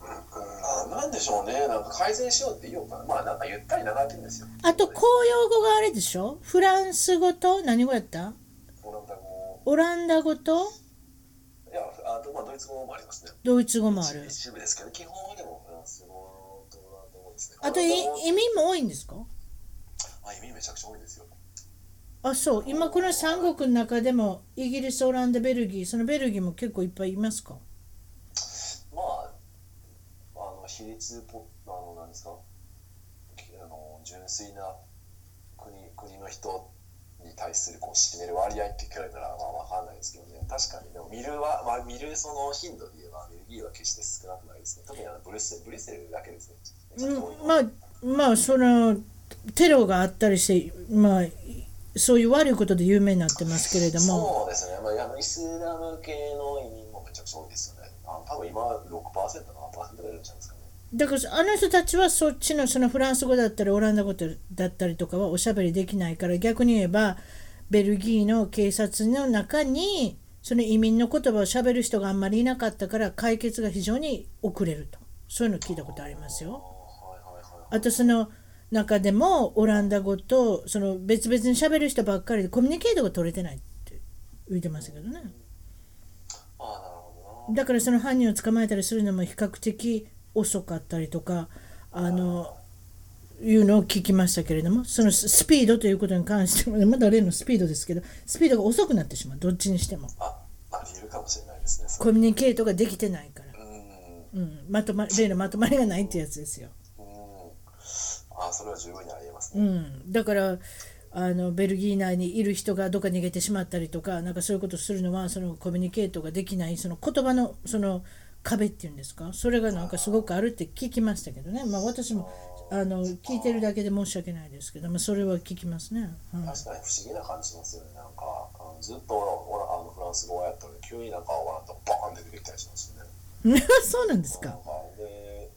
[SPEAKER 2] うんあなんでしょうね、なんか改善しようって言おうかな、まあ、なんかゆったり流れてるんですよ。
[SPEAKER 1] あと、公用語があれでしょフランス語と、何語やった
[SPEAKER 2] オランダ語、
[SPEAKER 1] オランダ語と、
[SPEAKER 2] いや、あと、まあ、ドイツ語もありますね。
[SPEAKER 1] ドイツ語もある。
[SPEAKER 2] 一部ですけど、基本はでもフランス語とオランダ語ですね。
[SPEAKER 1] あと、い
[SPEAKER 2] オランダ語
[SPEAKER 1] 移民も多いんですか
[SPEAKER 2] あ、意味めちゃくちゃ多いですよ。
[SPEAKER 1] あそう今この3国の中でもイギリスオランダベルギーそのベルギーも結構いっぱいいますか
[SPEAKER 2] まあ、あの比率ポあのなんですかあの純粋な国国の人に対するこう占める割合って聞かれたらまあわかんないですけどね確かにでも見るは、まあ、見るその頻度で言えばベルギーは決して少なくないですね特にあのブリュッセルブリュッセルだけですね
[SPEAKER 1] うんまあまあそのテロがあったりしてまあいそういう悪いことで有名になってますけれども
[SPEAKER 2] そうですね、まあ、あのイスラム系の移民もめちゃくちゃ多いですよねあの多分今6%か7%ぐらいいるんじゃないですかね
[SPEAKER 1] だからあの人たちはそっちのそのフランス語だったりオランダ語だったりとかはおしゃべりできないから逆に言えばベルギーの警察の中にその移民の言葉をしゃべる人があんまりいなかったから解決が非常に遅れるとそういうの聞いたことありますよ。
[SPEAKER 2] はいはいはいはい
[SPEAKER 1] あとその中でもオランダ語とその別々に喋る人ばっかりでコミュニケートが取れてないって言ってましたけどね
[SPEAKER 2] ああなるほどな
[SPEAKER 1] だからその犯人を捕まえたりするのも比較的遅かったりとかあのいうのを聞きましたけれどもそのススピードということに関してもまだ例のスピードですけどスピードが遅くなってしまうどっちにしても
[SPEAKER 2] あ、あり得るかもしれないですね。それ
[SPEAKER 1] コミュニケートができてないから、
[SPEAKER 2] うん、う
[SPEAKER 1] う
[SPEAKER 2] ん、
[SPEAKER 1] ん、まとま例のまとまりがないってやつですよ。
[SPEAKER 2] あ、それは十分にあり得ます
[SPEAKER 1] う
[SPEAKER 2] ね。
[SPEAKER 1] ん、だからあのベルギー内にいる人がどっか逃げてしまったりとかなんかそういうことするのはそのコミュニケートができないその言葉のその壁っていうんですかそれがなんかすごくあるって聞きましたけどね、まあ、私もあの聞いてるだけで申し訳ないですけど、まあ、それは聞きますね。うん
[SPEAKER 2] 確かに不思議な感じしますよね。なんか、あのずっとオラオラあのフランス語をやったのに、急になんかオランダバーンって出てきたりしますよね。
[SPEAKER 1] そうなんです
[SPEAKER 2] なん
[SPEAKER 1] か
[SPEAKER 2] か、で、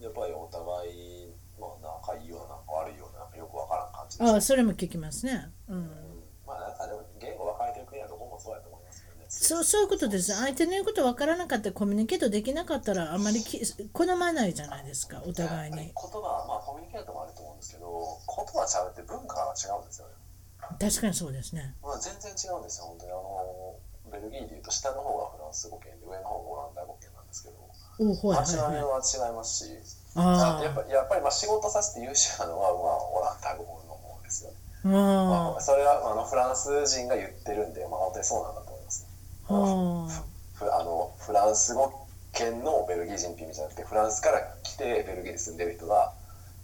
[SPEAKER 2] やっぱりお互い、まあ、仲いいような、仲悪いような、なんかよくわからん感じです
[SPEAKER 1] あ
[SPEAKER 2] ね。
[SPEAKER 1] あそれも聞きますね。うん
[SPEAKER 2] うんまあ、なんかでも、言語分かれてる国はどこもそうやと思いますけどね。
[SPEAKER 1] そうそういうことです相手の言うこと分からなかったらコミュニケートできなかったらあんまりき好まないじゃないですかお互い
[SPEAKER 2] やっ
[SPEAKER 1] に
[SPEAKER 2] ぱり言葉は、まあ、コミュニケートもあると思うんですけど、言葉ちゃうって文化が違うんですよね。
[SPEAKER 1] 確かにそうですね
[SPEAKER 2] まあ、全然違うんですよ、本当にあのベルギーでいうと下の方がフランス語圏で上の方がオランダ語圏なんですけど、
[SPEAKER 1] おおはい
[SPEAKER 2] 街並
[SPEAKER 1] はい
[SPEAKER 2] み
[SPEAKER 1] はい
[SPEAKER 2] は違いますし、
[SPEAKER 1] あ
[SPEAKER 2] あ
[SPEAKER 1] あ
[SPEAKER 2] とやっぱやっぱりまあ仕事させて優秀なのは、まあ、オランダ語の方ですよね。ま
[SPEAKER 1] あ
[SPEAKER 2] あ、それはあのフランス人が言ってるんで、まあ、本当にそうなんだと思います、ね
[SPEAKER 1] ああ
[SPEAKER 2] ふあの。フランス語圏のベルギー人っていう意味じゃなくて、フランスから来てベルギーに住んでる人が、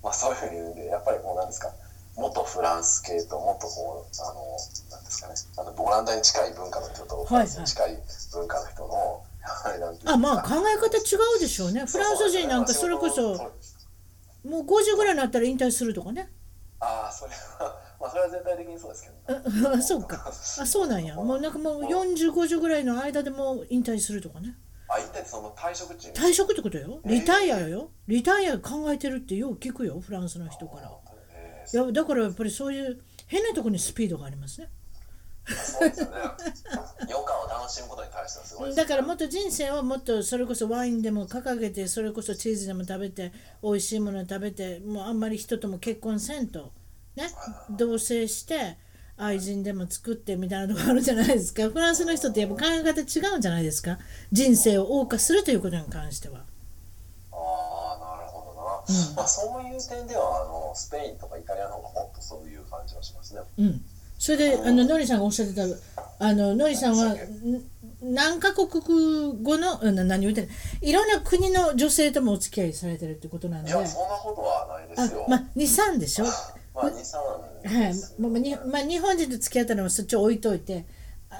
[SPEAKER 2] まあ、そういうふうに言うんで、やっぱりこうなんですか、元フランス系と元こうあのなんですかねあのオランダに近い文化の人とフランスに近い文化の人の、はいなんていう
[SPEAKER 1] あ
[SPEAKER 2] んで
[SPEAKER 1] ま
[SPEAKER 2] す
[SPEAKER 1] あ
[SPEAKER 2] か
[SPEAKER 1] 考え方違うでしょうねフランス人なんかそれこそもう50ぐらいになったら引退するとかね
[SPEAKER 2] ああそれはまあそれは全体的にそうですけど、
[SPEAKER 1] ああそうかあそうなんやもうなんかもう4050ぐらいの間でもう引退するとかね
[SPEAKER 2] あ一体その退職中に
[SPEAKER 1] 退職ってことよリタイアよリタイア考えてるってよう聞くよフランスの人から
[SPEAKER 2] え
[SPEAKER 1] いやだからやっぱりそういう変なところにスピードがありますね
[SPEAKER 2] ーそうですよね 余感を楽しむことに対してはすごいですね
[SPEAKER 1] だからもっと人生をもっとそれこそワインでも掲げてそれこそチーズでも食べて美味しいものを食べてもうあんまり人とも結婚せんとね同棲して愛人でも作ってみたいなとこあるじゃないですかフランスの人ってやっぱ考え方違うんじゃないですか人生を謳歌するということに関しては
[SPEAKER 2] ああなるほどな、まあ、そういう点ではあのスペインとかイタリアの方がほんとそういう感じはしますね
[SPEAKER 1] うんそれであのノリさんがおっしゃってたあのノリさんはん何カ国語のうんな何言うてんのいろんな国の女性ともお付き合いされてるってことなん
[SPEAKER 2] い
[SPEAKER 1] で。
[SPEAKER 2] やそんなことはないですよ
[SPEAKER 1] あまあ23でしょ、は
[SPEAKER 2] まあ23です
[SPEAKER 1] いまあまあにまあ、日本人と付き合ったのはそっち置いといてあ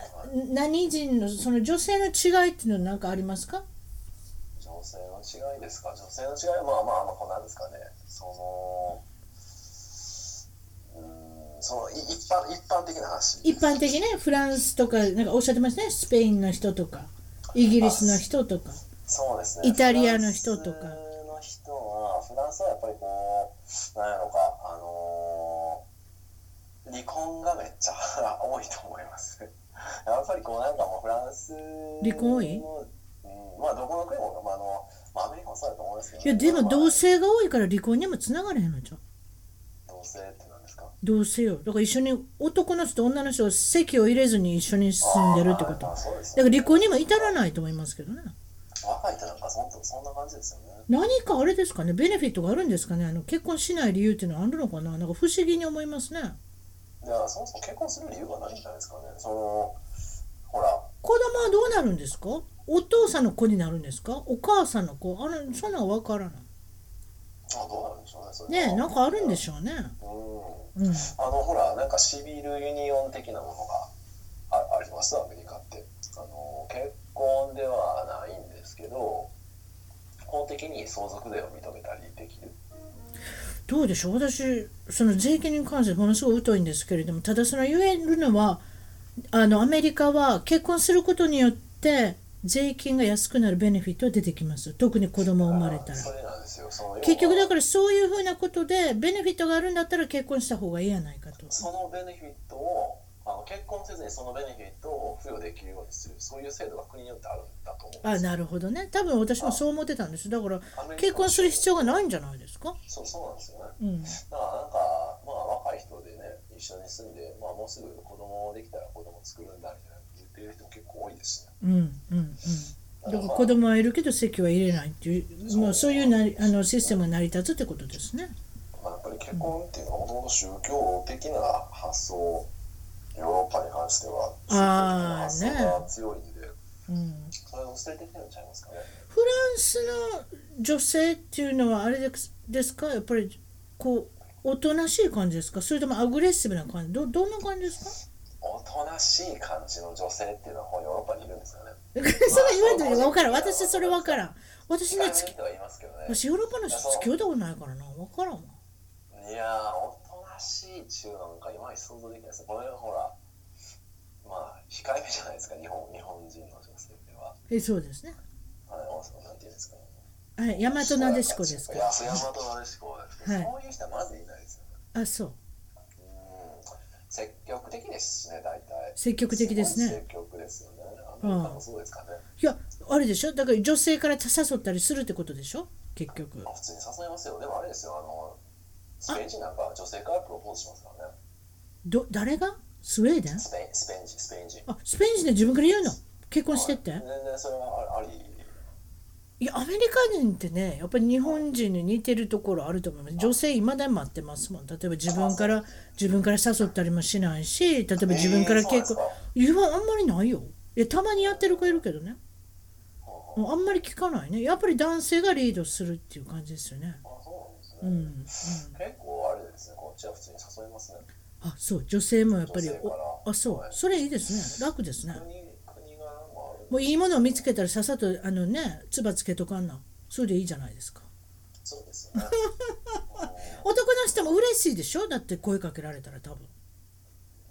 [SPEAKER 1] 何人のその女性の違いっていうのは何かありますか
[SPEAKER 2] 女性の違いですか女性の違いはまあまあまあこんなんですかねそのうーんそのい一般一般的な話
[SPEAKER 1] 一般的ねフランスとかなんかおっしゃってますねスペインの人とかイギリスの人とか
[SPEAKER 2] そうですね
[SPEAKER 1] イタリアの人とか
[SPEAKER 2] フランスの人はフランスはやっぱりこうなんやろうかあのー離婚がめっちゃ多いと思います やっぱりこうなんかもうフランスの
[SPEAKER 1] 離婚多い
[SPEAKER 2] うん、まあどこの国も、まあ、あのまあアメリカもそうだと思うんですけど
[SPEAKER 1] いやでも
[SPEAKER 2] まあ
[SPEAKER 1] 同性が多いから離婚にもつながれへんのじゃん
[SPEAKER 2] 同性って何ですか
[SPEAKER 1] 同性よだから一緒に男の人と女の人を籍を入れずに一緒に住んでるってこと
[SPEAKER 2] あーまあ
[SPEAKER 1] だ
[SPEAKER 2] そうです
[SPEAKER 1] か
[SPEAKER 2] よ
[SPEAKER 1] ら
[SPEAKER 2] ね
[SPEAKER 1] 離婚にも至らないと思いますけどね
[SPEAKER 2] 若い人なんかそんそんな感じですよね
[SPEAKER 1] 何かあれですかねベネフィットがあるんですかねあの結婚しない理由っていうのはあるのかななんか不思議に思いますね
[SPEAKER 2] だからそもそも結婚する理由はないんじゃないですかねそのほら
[SPEAKER 1] 子供はどうなるんですかお父さんの子になるんですかお母さんの子あれそんなんわからない
[SPEAKER 2] あどうなるんでしょうねそれは
[SPEAKER 1] ねえなんかあるんでしょうね
[SPEAKER 2] うん
[SPEAKER 1] うん
[SPEAKER 2] あのほらなんかシビルユニオン的なものがあありますアメリカってあの結婚ではないんですけど法的に相続税を認めたりできる
[SPEAKER 1] どうでしょう私その税金に関してものすごい疎いんですけれどもただその言えるのはあのアメリカは結婚することによって税金が安くなるベネフィットは出てきます特に子供生まれた
[SPEAKER 2] あ
[SPEAKER 1] ら
[SPEAKER 2] それなんですよその
[SPEAKER 1] 結局だ
[SPEAKER 2] ら
[SPEAKER 1] からそういうふうなことでベネフィットがあるんだったら結婚した方がいいやないかと
[SPEAKER 2] そのベネフィットをあの結婚せずにそのベネフィットを付与できるようにするそういう制度が国によってあるんだと思うんで
[SPEAKER 1] あ
[SPEAKER 2] す
[SPEAKER 1] なるほどね多分私もそう思ってたんですだから
[SPEAKER 2] アメリカ
[SPEAKER 1] 結婚する必要がないんじゃないですか
[SPEAKER 2] そうそうなんですよね
[SPEAKER 1] うん
[SPEAKER 2] だからなんか、まあ、若い人でね一緒に住んで、まあ、もうすぐ子供できたら子供作るんだみたいな言ってる人も結構多いですしね
[SPEAKER 1] うんうんうんだから子供はいるけど籍は入れないっていうもうそういうなりあのシステムが成り立つってことですね
[SPEAKER 2] まあ、やっぱり結婚っていうのはもともと宗教的な発想ヨーロッパに関しては宗教的な発想が強いんで、
[SPEAKER 1] うん
[SPEAKER 2] それを捨ててきてるんちゃいますかね
[SPEAKER 1] フランスの女性っていうのはあれですですかやっぱりこうおとなしい感じですかそれともアグレッシブな感じどどんな感じですか
[SPEAKER 2] おとなしい感じの女性っていうのはもうヨーロッパにいるんですよね
[SPEAKER 1] それ言われても分からん私それ分からん私
[SPEAKER 2] 聞か
[SPEAKER 1] ね
[SPEAKER 2] れる
[SPEAKER 1] つき
[SPEAKER 2] 人はいますけどね
[SPEAKER 1] 私ヨーロッパの人付き合ったことないからな分からんわ
[SPEAKER 2] いやー、おとなしい中なんかいまいち想像できないです。これはほら、まあ、控えめじゃないですか、日本日本人の女性では。
[SPEAKER 1] えそうですね
[SPEAKER 2] あのそのなんていうんですか、ね。
[SPEAKER 1] はい大和なでしこですか
[SPEAKER 2] いや、そう、大和なでしこですけど、
[SPEAKER 1] はい
[SPEAKER 2] そういう人はまずいないですよね。
[SPEAKER 1] あそう
[SPEAKER 2] うん。積極的ですしね、大体。
[SPEAKER 1] 積極的ですね
[SPEAKER 2] ごい積極ですよね。アメリカもそうですかね。
[SPEAKER 1] いやあれでしょだから女性から誘ったりするってことでしょ結局
[SPEAKER 2] まあ、普通に誘いますよ。でもあれですよ、あの、スペイン人なんか女性からプロポーズしますからね。
[SPEAKER 1] ど誰がスウェーデン
[SPEAKER 2] スペイン、スペイン人、スペイン人。
[SPEAKER 1] あスペイン人で自分から言うの結婚してって、
[SPEAKER 2] 全然それはありあり。
[SPEAKER 1] いやアメリカ人ってねやっぱり日本人に似てるところあると思います女性いまだに待ってますもん例えば自分から自分から誘ったりもしないし例えば自分から結婚、言わあんまりないよいやたまにやってる子いるけどね
[SPEAKER 2] あ
[SPEAKER 1] あんまり聞かないねやっぱり男性がリードするっていう感じですよね
[SPEAKER 2] そうなんですね
[SPEAKER 1] う。ん、うん、
[SPEAKER 2] 結構あれですですね。こっちは普通に誘いますね。
[SPEAKER 1] あそう女性もやっぱり
[SPEAKER 2] 女性から
[SPEAKER 1] おあそう
[SPEAKER 2] はい
[SPEAKER 1] それいいですね楽ですね
[SPEAKER 2] 国、国がもあるんで
[SPEAKER 1] もういいものを見つけたらさっさとあのねつばつけとかんなそれでいいじゃないですか
[SPEAKER 2] そうですね。
[SPEAKER 1] 男の人も嬉しいでしょだって声かけられたら多分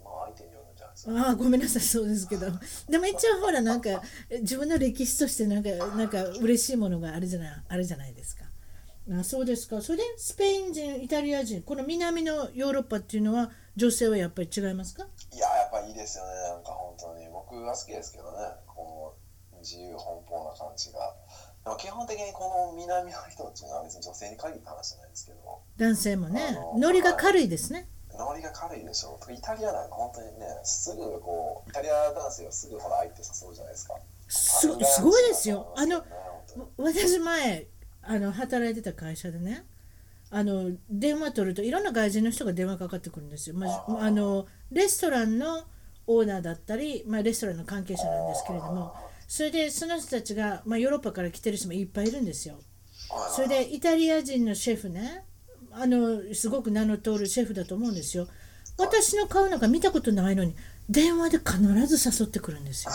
[SPEAKER 2] まあ相手によるんじゃないですか。
[SPEAKER 1] ああごめんなさいそうですけどでも一応ほらなんか自分の歴史としてなんかなんか嬉しいものがあるじゃないあるじゃないですかあそうですかそれでスペイン人イタリア人この南のヨーロッパっていうのは女性はやっぱり違いますか
[SPEAKER 2] いや、やっぱいいですよね。なんか本当に。僕は好きですけどね。この自由奔放な感じが。でも基本的にこの南の人っていうのは別に女性に限った話じゃないですけど、
[SPEAKER 1] 男性もね
[SPEAKER 2] あの
[SPEAKER 1] ノリが軽いですね
[SPEAKER 2] ノリが軽いでしょ。イタリアなんか本当にね、すぐこう、イタリア男性はすぐほら相手誘うじゃないですか。
[SPEAKER 1] すすごいですよあの
[SPEAKER 2] ね本当に
[SPEAKER 1] わ私前あの働いてた会社でねあの電話取るといろんな外人の人が電話かかってくるんですよ、まあ
[SPEAKER 2] あー
[SPEAKER 1] あのレストランのオーナーだったり、まあ、レストランの関係者なんですけれどもそれでその人たちが、まあ、ヨーロッパから来てる人もいっぱいいるんですよ
[SPEAKER 2] はい
[SPEAKER 1] それでイタリア人のシェフねあのすごく名の通るシェフだと思うんですよ私の顔なんか見たことないのに電話で必ず誘ってくるんですよ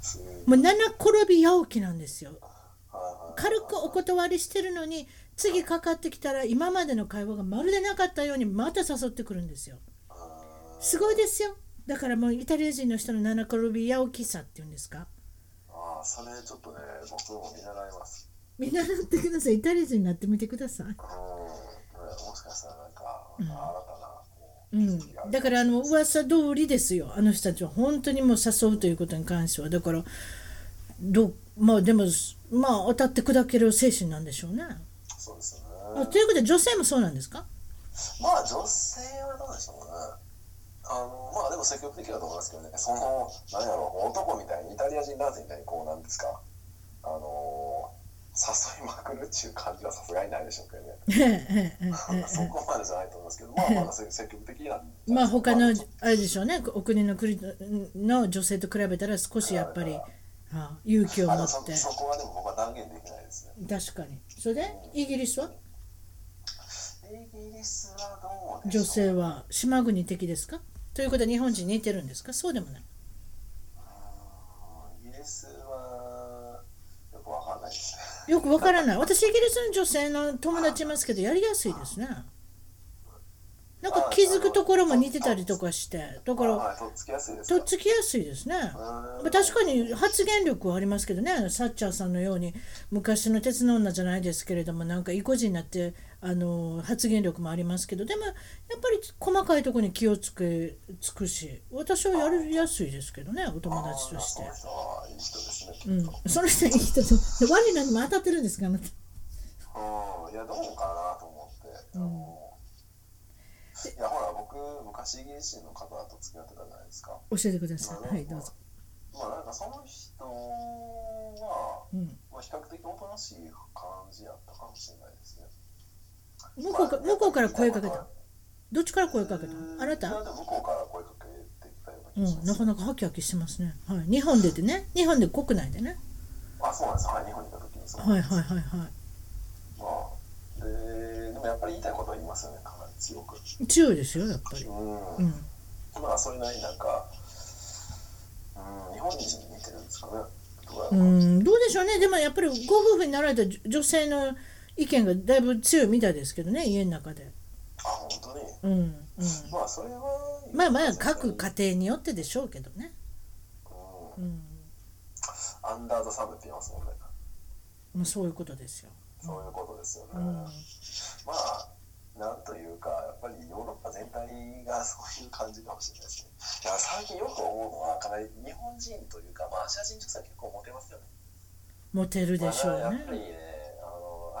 [SPEAKER 2] すごい
[SPEAKER 1] もう七転び八起きなんですよ
[SPEAKER 2] はいはい
[SPEAKER 1] 軽くお断りしてるのに次かかってきたら今までの会話がまるでなかったようにまた誘ってくるんですよ
[SPEAKER 2] あ
[SPEAKER 1] すごいですよだからもうイタリア人の人の七転び八起きさっていうんですか
[SPEAKER 2] ーあー、それちょっとね、僕も見習います。
[SPEAKER 1] 見習ってくださいイタリア人になってみてください
[SPEAKER 2] うん、ねもしかしたらなんか、新たな、こう
[SPEAKER 1] うん、だからあの噂通りですよあの人たちは本当にもう誘うということに関してはだからどうまあでもまあ当たって砕ける精神なんでしょうね
[SPEAKER 2] そうですね。
[SPEAKER 1] あということで女性もそうなんですか
[SPEAKER 2] まあ女性はどうでしょうね。あのまあでも積極的だと思いますけどね、その、なんやろう、男みたいに、イタリア人男性みたいに、こう、なんですか、あの誘いまくるっていう感じはさすがにないでしょうけどね、
[SPEAKER 1] ええええええ
[SPEAKER 2] そこまでじゃないと思いますけど、まあまだ積極的なんじゃな
[SPEAKER 1] ま
[SPEAKER 2] い
[SPEAKER 1] あ
[SPEAKER 2] ですか
[SPEAKER 1] 他のあれでしょうねお国の国の女性と比べたら少しやっぱりあ勇気を
[SPEAKER 2] あ
[SPEAKER 1] 持
[SPEAKER 2] の
[SPEAKER 1] っ
[SPEAKER 2] そ
[SPEAKER 1] て
[SPEAKER 2] そこはでも僕は断言できないですね。
[SPEAKER 1] 確かにそれでイギリスは
[SPEAKER 2] イギリスはどうでし
[SPEAKER 1] 女
[SPEAKER 2] ょう
[SPEAKER 1] 性は島国的ですかということは日本人似てるんですかそうでもない
[SPEAKER 2] イギリスはよくわかんないですね。
[SPEAKER 1] よくわからない私イギリスの女性の友達いますけどやりやすいですねなんか気づくところも似てたりとかしてだか
[SPEAKER 2] あ
[SPEAKER 1] ら
[SPEAKER 2] はい、とっつきやすいです
[SPEAKER 1] と
[SPEAKER 2] か
[SPEAKER 1] っつきやすいですねまあ確かに発言力はありますけどねサッチャーさんのように昔の鉄の女じゃないですけれどもなんか意固地になってあの発言力もありますけどでもやっぱり細かいところに気をつけつくし私はやりやすいですけどねお友達として
[SPEAKER 2] あー。そうそういい人ですね。
[SPEAKER 1] うん、その人いい人と悪いのにも当たってるんですかあなた
[SPEAKER 2] うん、いや、どうかなと思って。あのいや、ほら、僕、昔イギリス人の方と付き合ってたじゃないですか。
[SPEAKER 1] 教えてくださいはいどうぞ
[SPEAKER 2] まあ、なんかその人は、
[SPEAKER 1] うん
[SPEAKER 2] まあ、比較的おとなしい感じやったかもしれないですね。
[SPEAKER 1] 向こうか向こうから声かけたどっちから声かけた
[SPEAKER 2] うん
[SPEAKER 1] あない
[SPEAKER 2] や
[SPEAKER 1] た
[SPEAKER 2] でも向こうから声かけてきたような
[SPEAKER 1] う
[SPEAKER 2] 気がしま
[SPEAKER 1] んな
[SPEAKER 2] す。
[SPEAKER 1] かなかハキハキしてますねはい日本でてね日本で国内でね
[SPEAKER 2] あ、そうなんです。はい、日本にいた時にそう。
[SPEAKER 1] はいはいはいはい
[SPEAKER 2] まあ、で、でもやっぱり言いたいことは言いますよね、かなり強く。
[SPEAKER 1] 強いですよやっぱり、
[SPEAKER 2] う。
[SPEAKER 1] うんん、
[SPEAKER 2] まあ、それなりになんか、うん、日本人に似てるんですかね。どうやろう
[SPEAKER 1] う
[SPEAKER 2] か
[SPEAKER 1] んどうでしょうねでもやっぱりご夫婦になられた女女性の意見がだいぶ強いみたいですけどね家の中で
[SPEAKER 2] あ、本当に。
[SPEAKER 1] うんうん
[SPEAKER 2] まあ、それは、
[SPEAKER 1] まあまあ各家庭によってでしょうけどねう
[SPEAKER 2] う
[SPEAKER 1] んん
[SPEAKER 2] アンダーザサムって言いますもんね。
[SPEAKER 1] まあそういうことですよ
[SPEAKER 2] そういうことですよね。
[SPEAKER 1] うん
[SPEAKER 2] まあ、なんというか、やっぱりヨーロッパ全体がそういう感じかもしれないですね。いや、最近よく思うのは、かなり日本人というか、まあ、アジア人女性は結構モテますよね。
[SPEAKER 1] モテるでしょ
[SPEAKER 2] まあ
[SPEAKER 1] う
[SPEAKER 2] やっぱり
[SPEAKER 1] ね
[SPEAKER 2] ね、あ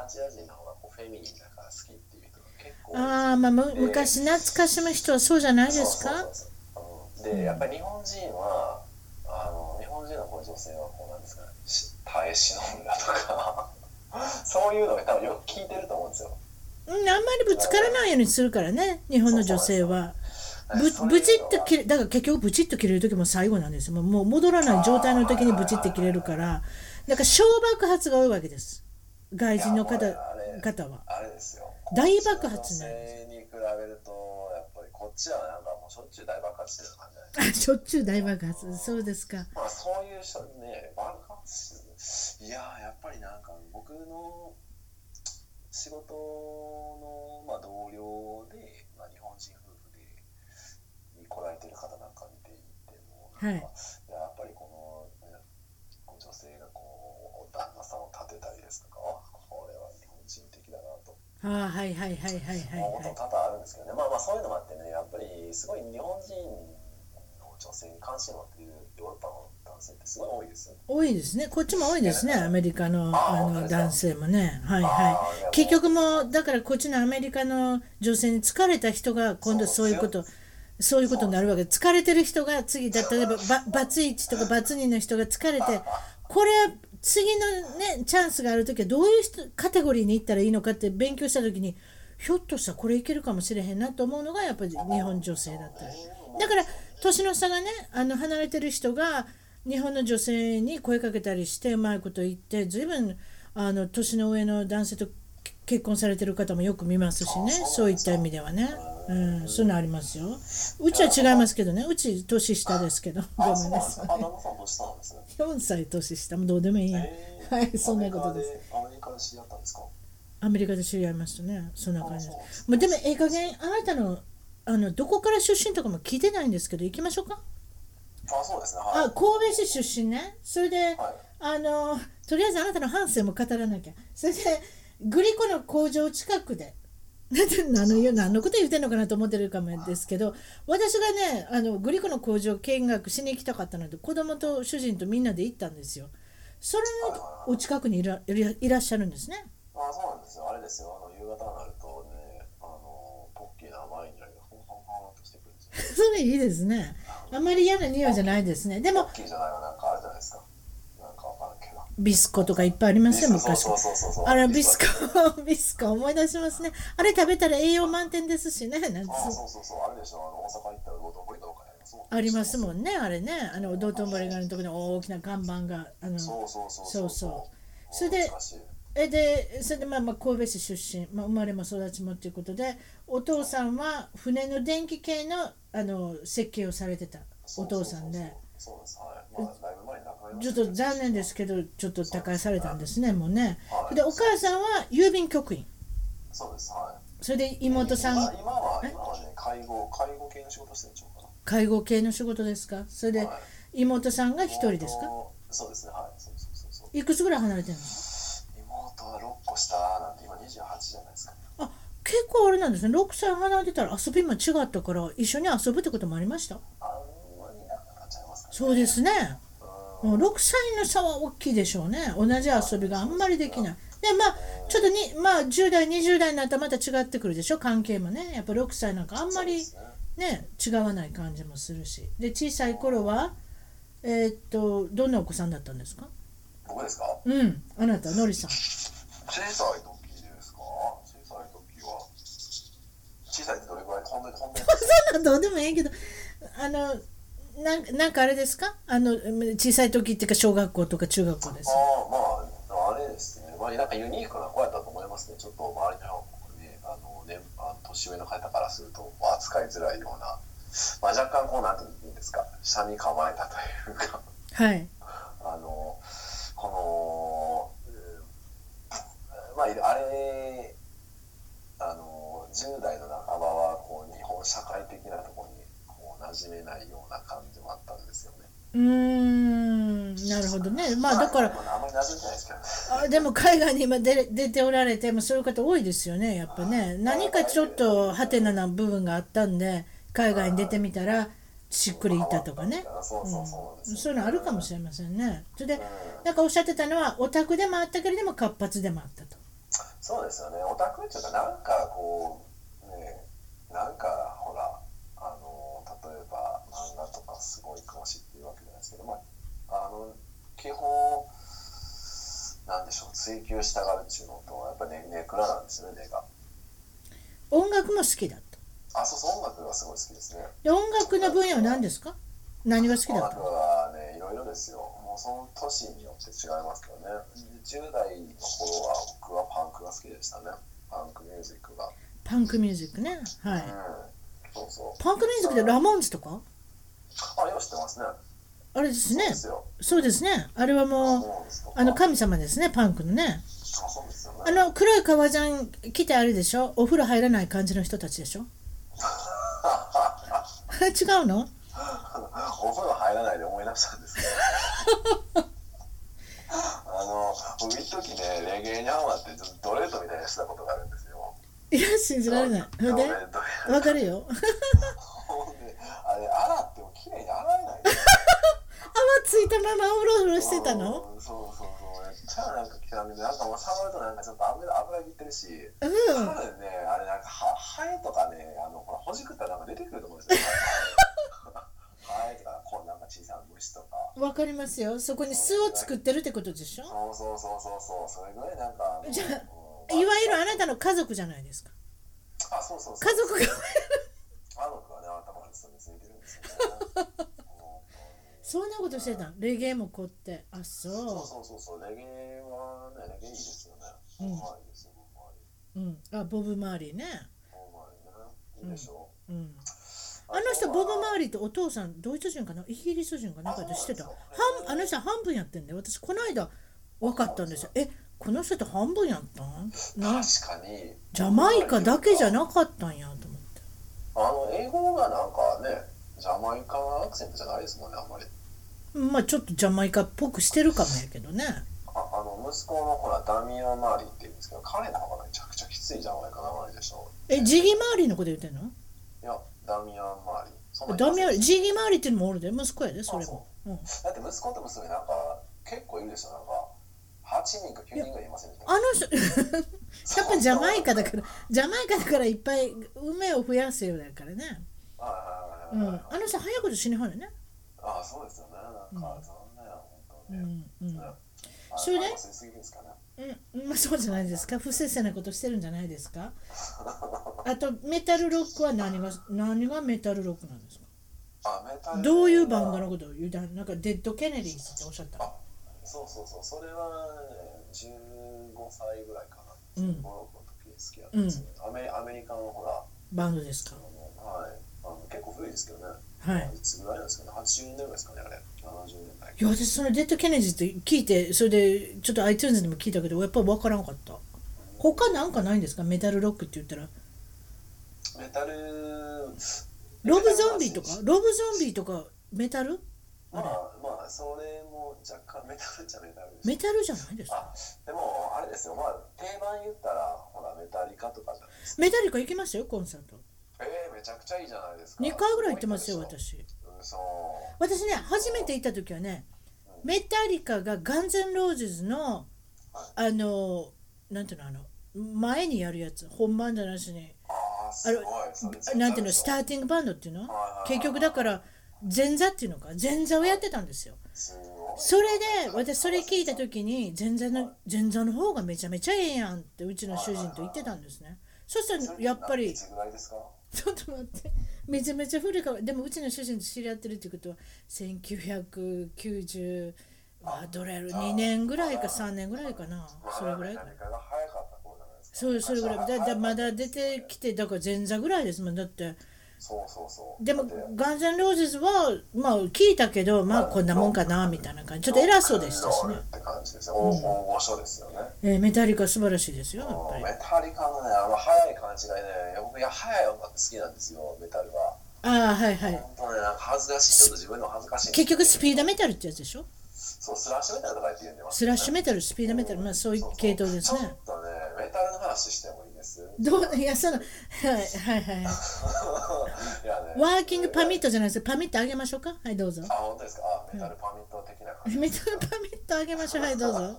[SPEAKER 2] の、アジア人の方がこうフェミニンだから好きっていう人が結構多いですね
[SPEAKER 1] ああまあむ昔懐かしむ人はそうじゃないですか
[SPEAKER 2] そうそうそうそううんでやっぱり日本人はあの日本人のこう女性はこうなんですかねし耐え忍んだとか そういうのが多分よく聞いてると思うんですよ
[SPEAKER 1] うん、あんまりぶつからないようにするからね日本の女性は
[SPEAKER 2] そう
[SPEAKER 1] ぶ
[SPEAKER 2] いうのが
[SPEAKER 1] ブチッと切れだから結局ブチッと切れる時も最後なんですよもうもう戻らない状態の時にブチッと切れるからだから小爆発が多いわけです外人の
[SPEAKER 2] い
[SPEAKER 1] 方
[SPEAKER 2] やもうあれ
[SPEAKER 1] 方は
[SPEAKER 2] あれですよ
[SPEAKER 1] 大爆発なんで
[SPEAKER 2] こっちの女性に比べると、やっぱりこっちはなんかもうしょっちゅう大爆発してるような感じじゃない
[SPEAKER 1] あしょっちゅう大爆発そうですか
[SPEAKER 2] まあそういう人にね、爆発する。いやー、やっぱりなんか僕の仕事の、まあ、同僚で、まあ、日本人夫婦で来られてる方なんか見ていても、
[SPEAKER 1] はい
[SPEAKER 2] なんかいややっぱりこの、ね、こう女性がこう、旦那さんを立てたりですとか、あこれは日本人的だなと。
[SPEAKER 1] ああはいはいはいはいはい
[SPEAKER 2] もう
[SPEAKER 1] は
[SPEAKER 2] こ
[SPEAKER 1] い
[SPEAKER 2] と多々あるんですけどね、まあまあそういうのもあってね、やっぱりすごい日本人の女性に関心を持っているヨーロッパの男性ってすごい多いですよね。
[SPEAKER 1] 多いですねこっちも多いですねアメリカの
[SPEAKER 2] あ
[SPEAKER 1] あ
[SPEAKER 2] 本当
[SPEAKER 1] の
[SPEAKER 2] ですか
[SPEAKER 1] 男性もねはい
[SPEAKER 2] あ
[SPEAKER 1] は
[SPEAKER 2] ーいやも
[SPEAKER 1] いう結局もうだからこっちのアメリカの女性に疲れた人が今度そういうことそういうことになるわけです疲れてる人が次だ例えばばバツイチとかバツ2の人が疲れてこれは次のねチャンスがある時はどういう人カテゴリーに行ったらいいのかって勉強した時にひょっとしたらこれいけるかもしれへんなと思うのがやっぱり日本女性だったりだから年の差がねあの離れてる人が日本の女性に声かけたりしてうまいこと言って随分あの年の上の男性と結婚されてる方もよく見ますしねそ
[SPEAKER 2] あそうう
[SPEAKER 1] いっ
[SPEAKER 2] なんです
[SPEAKER 1] た
[SPEAKER 2] か
[SPEAKER 1] 意味ではね、うん、そういうのありますようちは違いますけどねうち年下ですけどごめ
[SPEAKER 2] あ、そうんなん
[SPEAKER 1] な
[SPEAKER 2] です
[SPEAKER 1] さ
[SPEAKER 2] ね
[SPEAKER 1] い。
[SPEAKER 2] あ、旦那さんどうしたんですね。
[SPEAKER 1] 4歳年下もうどうでもいいや、
[SPEAKER 2] え ー
[SPEAKER 1] はいそんなことです。
[SPEAKER 2] アメリカでアメリカで知り合ったんですか。
[SPEAKER 1] アメリカで知り合いましたねそんな感じで
[SPEAKER 2] あそう
[SPEAKER 1] すもうでもええ加減あなたのあのどこから出身とかも聞いてないんですけど行きましょうか
[SPEAKER 2] あ、そうですね。はい。
[SPEAKER 1] あ神戸市出身ねそれで、
[SPEAKER 2] はい
[SPEAKER 1] あのとりあえずあなたの半生も語らなきゃそれでグリコの工場近くで なんて何の言う何のこと言ってんのかなと思ってるかもですけど私がねあのグリコの工場見学しに行きたかったので子供と主人とみんなで行ったんですよそれのお近くにいらいらいらっしゃるんですね
[SPEAKER 2] あ、そうなんですよ。あれですよ。あの夕方になるとね、あのポッキーの甘い匂いがほんほんほんとしてくるんですよ。
[SPEAKER 1] それいいですねあんまり嫌な匂いじゃないですねで
[SPEAKER 2] ポ
[SPEAKER 1] も
[SPEAKER 2] ッキーじゃないわ、なんかあるじゃないですか。なんかわからんけど。
[SPEAKER 1] ビスコとかいっぱいありますよ
[SPEAKER 2] そう
[SPEAKER 1] 昔
[SPEAKER 2] そうそうそうそう。
[SPEAKER 1] あらビス。コ ビスコ思い出しますねあれ食べたら栄養満点ですしねなんか
[SPEAKER 2] あ、そうそうそう。あれでしょ。あの大阪行ったらどうどんぶりとかありますもんね。
[SPEAKER 1] ありますもんねあれねあの道頓堀側のところに大きな看板があの
[SPEAKER 2] そうそうそう
[SPEAKER 1] そうそうそれで
[SPEAKER 2] 懐かしい
[SPEAKER 1] えでそれでまあまあ神戸市出身、まあ、生まれも育ちもということでお父さんは船の電気系のあの設計をされてたお父さんで。
[SPEAKER 2] そうそうそうそうそうですはい。まあだいぶ前に亡くなりま
[SPEAKER 1] ちょっ
[SPEAKER 2] し
[SPEAKER 1] た
[SPEAKER 2] けど。
[SPEAKER 1] と残念ですけどちょっと他界されたんですねもうね
[SPEAKER 2] はい
[SPEAKER 1] でお母さんは郵便局員
[SPEAKER 2] そうですはい。
[SPEAKER 1] それで妹さ
[SPEAKER 2] 今
[SPEAKER 1] ん
[SPEAKER 2] 今は今はね介護介護系の仕事してるんでしょうか
[SPEAKER 1] 介護系の仕事ですかそれで
[SPEAKER 2] は
[SPEAKER 1] 妹さんが
[SPEAKER 2] な
[SPEAKER 1] 一人ですか
[SPEAKER 2] 妹そうですねはいそうそうそうそう
[SPEAKER 1] いくつぐらい離れてるんですか
[SPEAKER 2] 妹は六個下なんて今28じゃないですか
[SPEAKER 1] あ結構あれなんですね6歳離れてたら遊びも違ったから一緒に遊ぶってこともありました
[SPEAKER 2] あんまりなくなっちゃいますかね
[SPEAKER 1] そうですね
[SPEAKER 2] うん
[SPEAKER 1] もう6歳の差は大きいでしょうね同じ遊びがあんまりできないでまあちょっとに、まあ、10代20代になったらまた違ってくるでしょ関係もねやっぱ6歳なんかあんまり
[SPEAKER 2] そうですね
[SPEAKER 1] ね違わない感じもするしで小さい頃はえーっとどんなお子さんだったんですか
[SPEAKER 2] 僕ですか
[SPEAKER 1] うんあなたのりさん
[SPEAKER 2] 小さい時ですか小さい時は小さいってどれぐらい飛んで飛んで
[SPEAKER 1] そんなんどうでもええけどあのなんなんかあれですかあの小さい時っていうか小学校とか中学校です
[SPEAKER 2] ああまああれですねまあなんかユニークな子やったと思いますねちょっと周りのねあのねあの年上の方からすると、まあ、扱いづらいような、まあ、若干こうなんていうんですか下に構えたというか
[SPEAKER 1] はい
[SPEAKER 2] あのこの、うんまあいるあれあの10代の半ばはこう日本社会的なところにこう馴染めないような感じもあったんですよね。
[SPEAKER 1] うーんなるほどねまあだか
[SPEAKER 2] ま
[SPEAKER 1] ら
[SPEAKER 2] ああんまり馴染んでないですけどね。
[SPEAKER 1] あでも海外に今出れ出ておられてもそういう方多いですよねやっぱね何かちょっとハテナな部分があったんで海外に出てみたらしっくりいったとかね
[SPEAKER 2] そうそうそうなんですよ
[SPEAKER 1] そういうのあるかもしれませんねそれで
[SPEAKER 2] うん
[SPEAKER 1] なんかおっしゃってたのはオタクでもあったけれども活発でもあったと
[SPEAKER 2] そうですよねオタクっていうかなんかこうねなんかほらあの例えば漫画とかすごい詳しいっていうわけじゃないですけどまああの基本なんでしょう追求したがるっていうのとやっぱねネクラなんですよね根が
[SPEAKER 1] 音楽も好きだと
[SPEAKER 2] あそうそう音楽がすごい好きですね
[SPEAKER 1] で音楽の分野は何ですか何が好きだ
[SPEAKER 2] 音
[SPEAKER 1] っ
[SPEAKER 2] 楽
[SPEAKER 1] た
[SPEAKER 2] はねいろいろですよもうその年によって違いますけどね10代の頃は僕はパンクが好きでしたねパンクミュージックが。
[SPEAKER 1] パンクミュージックね。はい。
[SPEAKER 2] うん。そうそう。
[SPEAKER 1] パンクミュージックでラモーンズとか
[SPEAKER 2] あれは知ってますね。
[SPEAKER 1] あれです
[SPEAKER 2] そう
[SPEAKER 1] ね
[SPEAKER 2] で。すよ。
[SPEAKER 1] そうですね。あれは
[SPEAKER 2] そう
[SPEAKER 1] もう、
[SPEAKER 2] なんですよ
[SPEAKER 1] あの、神様ですね、パンクのね。
[SPEAKER 2] あそうですよね。
[SPEAKER 1] あの、黒い革ジャン着てあれでしょお風呂入らない感じの人たちでしょ 違うの
[SPEAKER 2] お風呂入らないで思い出したんです けどあの僕一時ねレゲエにハマってちょっとドレートみたいにしたことがあるんですよ
[SPEAKER 1] いや、信じられない。それ
[SPEAKER 2] ドレ
[SPEAKER 1] で
[SPEAKER 2] ート
[SPEAKER 1] わかるよ。
[SPEAKER 2] ほんであれ洗っても綺麗に洗えないで
[SPEAKER 1] 泡ついたままうろうろしてたの
[SPEAKER 2] うんそうそうそうめっちゃなんか汚いなんかもう触るとなんかちょっと油油ぎってるし
[SPEAKER 1] うん。
[SPEAKER 2] 多分ねあれなんかはハエとかねあのほらほじくったらなんか出てくると思うんですよハエとかこうなんか小さな虫とか
[SPEAKER 1] わかりますよ。そこに巣を作ってるってことでしょ
[SPEAKER 2] そうそうそうそうそうそれぐらいなんか
[SPEAKER 1] じゃあ
[SPEAKER 2] うん
[SPEAKER 1] いわゆるあなたの家族じゃないですか。
[SPEAKER 2] あそうそうそう
[SPEAKER 1] 家族が。
[SPEAKER 2] 家族はね頭に住み着いてるんですよねもう
[SPEAKER 1] そんなことしてたんレゲエもこって。あ、
[SPEAKER 2] そう
[SPEAKER 1] そ
[SPEAKER 2] そうそうそうレゲエはねレゲエいいですよね
[SPEAKER 1] う。
[SPEAKER 2] うんまいですようまい
[SPEAKER 1] う
[SPEAKER 2] う
[SPEAKER 1] ん。あ、ボブ・マーリーね。
[SPEAKER 2] うまいねいいでしょ
[SPEAKER 1] うん。
[SPEAKER 2] う
[SPEAKER 1] あの人、ボブ・マ
[SPEAKER 2] ー
[SPEAKER 1] ーリーってお父さん、ドイツ人かなイギリス人かなんかでしてた。
[SPEAKER 2] あそ
[SPEAKER 1] 半
[SPEAKER 2] うなんですか
[SPEAKER 1] あの人半分やってんだよ。私、この間、分かったんですよ。え、この人って半分やったんな、ジ
[SPEAKER 2] 確かに
[SPEAKER 1] ャマイカだけじゃなかったんやと思って。
[SPEAKER 2] あの英語がなんかねジャマイカアクセントじゃないですもんねあんまり
[SPEAKER 1] まあ、ちょっとジャマイカっぽくしてるかもやけどね。
[SPEAKER 2] ああの息子のほらダミアン・マーリーって言うんですけど彼の方がめちゃくちゃきついジャマイカ名前でしょ
[SPEAKER 1] え、ジギ・マーリーのこと言ってんの
[SPEAKER 2] いやダミアン・マーリーそんなんい
[SPEAKER 1] ダ
[SPEAKER 2] ませ
[SPEAKER 1] ミ
[SPEAKER 2] ん
[SPEAKER 1] アジギ・マーリーっていうのもおるで、息子やで、それ
[SPEAKER 2] あそう
[SPEAKER 1] も。うん
[SPEAKER 2] だって息子と娘なんか結構いるでしょなんか8人か9人ぐらいいませんでした
[SPEAKER 1] あの人 やっぱジャマイカだからジャマイカだからいっぱい梅を増やすようだからね、
[SPEAKER 2] あ
[SPEAKER 1] う
[SPEAKER 2] あ
[SPEAKER 1] ん、あの人早いこと死にはるね、
[SPEAKER 2] あそうですよねなんか残念本当
[SPEAKER 1] う
[SPEAKER 2] に、
[SPEAKER 1] んうん
[SPEAKER 2] あ
[SPEAKER 1] それで
[SPEAKER 2] あ忘れすぎですかね
[SPEAKER 1] うんまあ、そうじゃないですか不摂生なことしてるんじゃないですかあとメタルロックは何が何がメタルロックなんですか
[SPEAKER 2] あメタル
[SPEAKER 1] どういうバンドのことを言うたなんかデッド・ケネディっておっしゃった
[SPEAKER 2] あそうそうそうそれは、ね、15歳ぐらいかな
[SPEAKER 1] うん
[SPEAKER 2] 15、六の時好きやったんですよ、ねアメアメリカのほら
[SPEAKER 1] バンドですか
[SPEAKER 2] あの、はい、あの結構古いですけどね、
[SPEAKER 1] はい
[SPEAKER 2] い、つぐらいなんですかね80年代ですかねあれ70年代
[SPEAKER 1] いや私そのデッド・ケネディって聞いてそれでちょっと iTunes でも聞いたけどやっぱり分からんかった他なんかないんですかメタルロックって言ったら
[SPEAKER 2] メタル
[SPEAKER 1] ロブゾンビとかロブゾンビとかメタルあ
[SPEAKER 2] まあ
[SPEAKER 1] れ
[SPEAKER 2] まあそれも若干メタルっちゃメタルです
[SPEAKER 1] メタルじゃないですか
[SPEAKER 2] あでもあれですよまあ定番言ったらほらメタリカとかじゃないですか
[SPEAKER 1] メタリカ行きましたよコンサート
[SPEAKER 2] えー、めちゃくちゃいいじゃないですか
[SPEAKER 1] 2回ぐらい行ってますよ
[SPEAKER 2] すごいで
[SPEAKER 1] 私
[SPEAKER 2] ょうんそう
[SPEAKER 1] 私ね初めて行った時はねメタリカがガンゼンローズのあのなんていうのあの前にやるやつ本番じゃなしに
[SPEAKER 2] ああすごいそれ絶対
[SPEAKER 1] なんていうの
[SPEAKER 2] そ
[SPEAKER 1] ス
[SPEAKER 2] う
[SPEAKER 1] ターティングバンドっていうの
[SPEAKER 2] はい
[SPEAKER 1] 結局だから前座っていうのか前座をやってたんですよ
[SPEAKER 2] すごい
[SPEAKER 1] それで私それ聞いた時に前座の前座の方がめちゃめちゃええやんってうちの主人と言ってたんですねそしたらやっぱり
[SPEAKER 2] いつぐらいですか
[SPEAKER 1] ちょっと待ってめちゃめちゃ古いからでもうちの主人と知り合ってるってことは1990はどれやろ2年ぐらいか3年ぐらいかなそれぐらい
[SPEAKER 2] ま
[SPEAKER 1] か
[SPEAKER 2] あ
[SPEAKER 1] な
[SPEAKER 2] メタリカが早かった頃じゃないですか
[SPEAKER 1] そうそれぐらいだだまだ出てきてだから前座ぐらいですもんだって
[SPEAKER 2] そうそうそう
[SPEAKER 1] でも
[SPEAKER 2] だって
[SPEAKER 1] ガンゼンローゼズはまあ聞いたけどまあこんなもんかなみたいな感じちょっと偉そうでしたし
[SPEAKER 2] ロックン
[SPEAKER 1] ね
[SPEAKER 2] ロールって感じですよ大大御所ですよね
[SPEAKER 1] えーメタリカ素晴らしいですよやっぱり
[SPEAKER 2] メタリカのねあの速い感じがね僕いや速い音楽好きなんですよメタルは
[SPEAKER 1] ああはいはい
[SPEAKER 2] 本当ねなんか恥ずかしいちょっと自分の恥ずかしいんです
[SPEAKER 1] 結
[SPEAKER 2] けど
[SPEAKER 1] 局スピードメタルってやつでしょ
[SPEAKER 2] そうスラッシュメタルとか言って言うんでます
[SPEAKER 1] スラッシュメタルスピードメタルまあそういう系統です
[SPEAKER 2] ちょ
[SPEAKER 1] ね
[SPEAKER 2] っとねメタルの話してもいいです
[SPEAKER 1] どういやそのはいはいはい
[SPEAKER 2] いやね
[SPEAKER 1] ワーキングパミットじゃないですパミットあげましょうかはいどうぞ
[SPEAKER 2] あ本当ですかあメタルパミット的な感じ、
[SPEAKER 1] メタルパミットあげましょうはいどう ぞ
[SPEAKER 2] いやね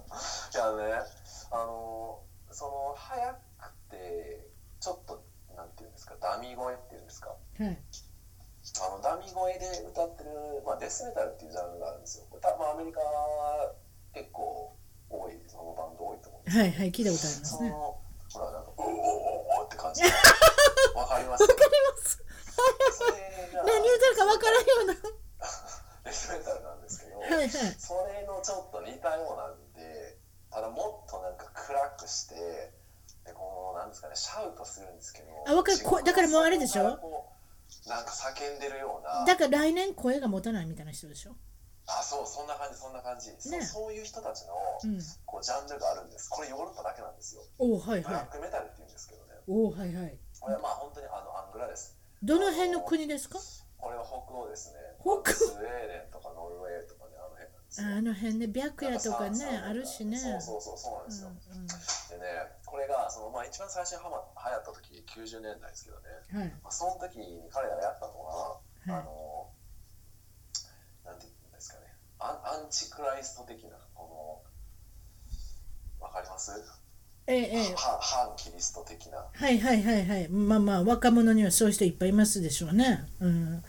[SPEAKER 2] あのその速くてちょっとなんていうんですかダミ声っていうんですか
[SPEAKER 1] はい
[SPEAKER 2] あのダミ声で歌ってる、まあ、デスメタルっていうジャンルがあるんですよ。これ多分アメリカは結構多い、そのバンド多いと思うんです
[SPEAKER 1] はいはい聞いたことありま
[SPEAKER 2] けど、
[SPEAKER 1] す
[SPEAKER 2] そ
[SPEAKER 1] ねわか
[SPEAKER 2] の、ほら、なんか、おーおーおーっ て感じ。わかります
[SPEAKER 1] ります
[SPEAKER 2] それが
[SPEAKER 1] 何言うてるかわからんよ
[SPEAKER 2] デスメタルなんですけど、
[SPEAKER 1] うなはいはい
[SPEAKER 2] それのちょっと似たようなんで、ただもっとなんか暗くして、で、この、なんですかね、シャウトするんですけど、
[SPEAKER 1] あわかる
[SPEAKER 2] 自分
[SPEAKER 1] こだからもうあれでしょ
[SPEAKER 2] そこからこうなんか叫んでるような、
[SPEAKER 1] だから来年声が持たないみたいな人でしょ
[SPEAKER 2] あ、そう、そんな感じ、そんな感じ、そう
[SPEAKER 1] ね
[SPEAKER 2] そういう人たちの、
[SPEAKER 1] うん
[SPEAKER 2] こうジャンルがあるんです、これヨーロッパだけなんですよ、
[SPEAKER 1] おおはい
[SPEAKER 2] ブラッ
[SPEAKER 1] は
[SPEAKER 2] クメタルって言うんですけどね
[SPEAKER 1] い、おおはいはい
[SPEAKER 2] これはまあ本当にあのアングラです、
[SPEAKER 1] どの辺の国ですか
[SPEAKER 2] これは北欧ですね、
[SPEAKER 1] 北欧
[SPEAKER 2] スウェーデンとかノルウェーとかね、あの辺なんですよ。
[SPEAKER 1] あの辺ね白夜とか
[SPEAKER 2] なん
[SPEAKER 1] ね
[SPEAKER 2] ささ
[SPEAKER 1] あるしね
[SPEAKER 2] そうそうそうそうなんですよ、
[SPEAKER 1] うん
[SPEAKER 2] でね、これがその、まあ、一番最初にはま流行った時90年代ですけどね、
[SPEAKER 1] うんはい
[SPEAKER 2] まあ、その時に彼らがやったのが、
[SPEAKER 1] はい
[SPEAKER 2] あのなんて言うんですかねアンアンチクライスト的なこのわかります、
[SPEAKER 1] ええええ
[SPEAKER 2] は反キリスト的な
[SPEAKER 1] はいはいはいはいまあまあ若者にはそういう人いっぱいいますでしょうね、うん、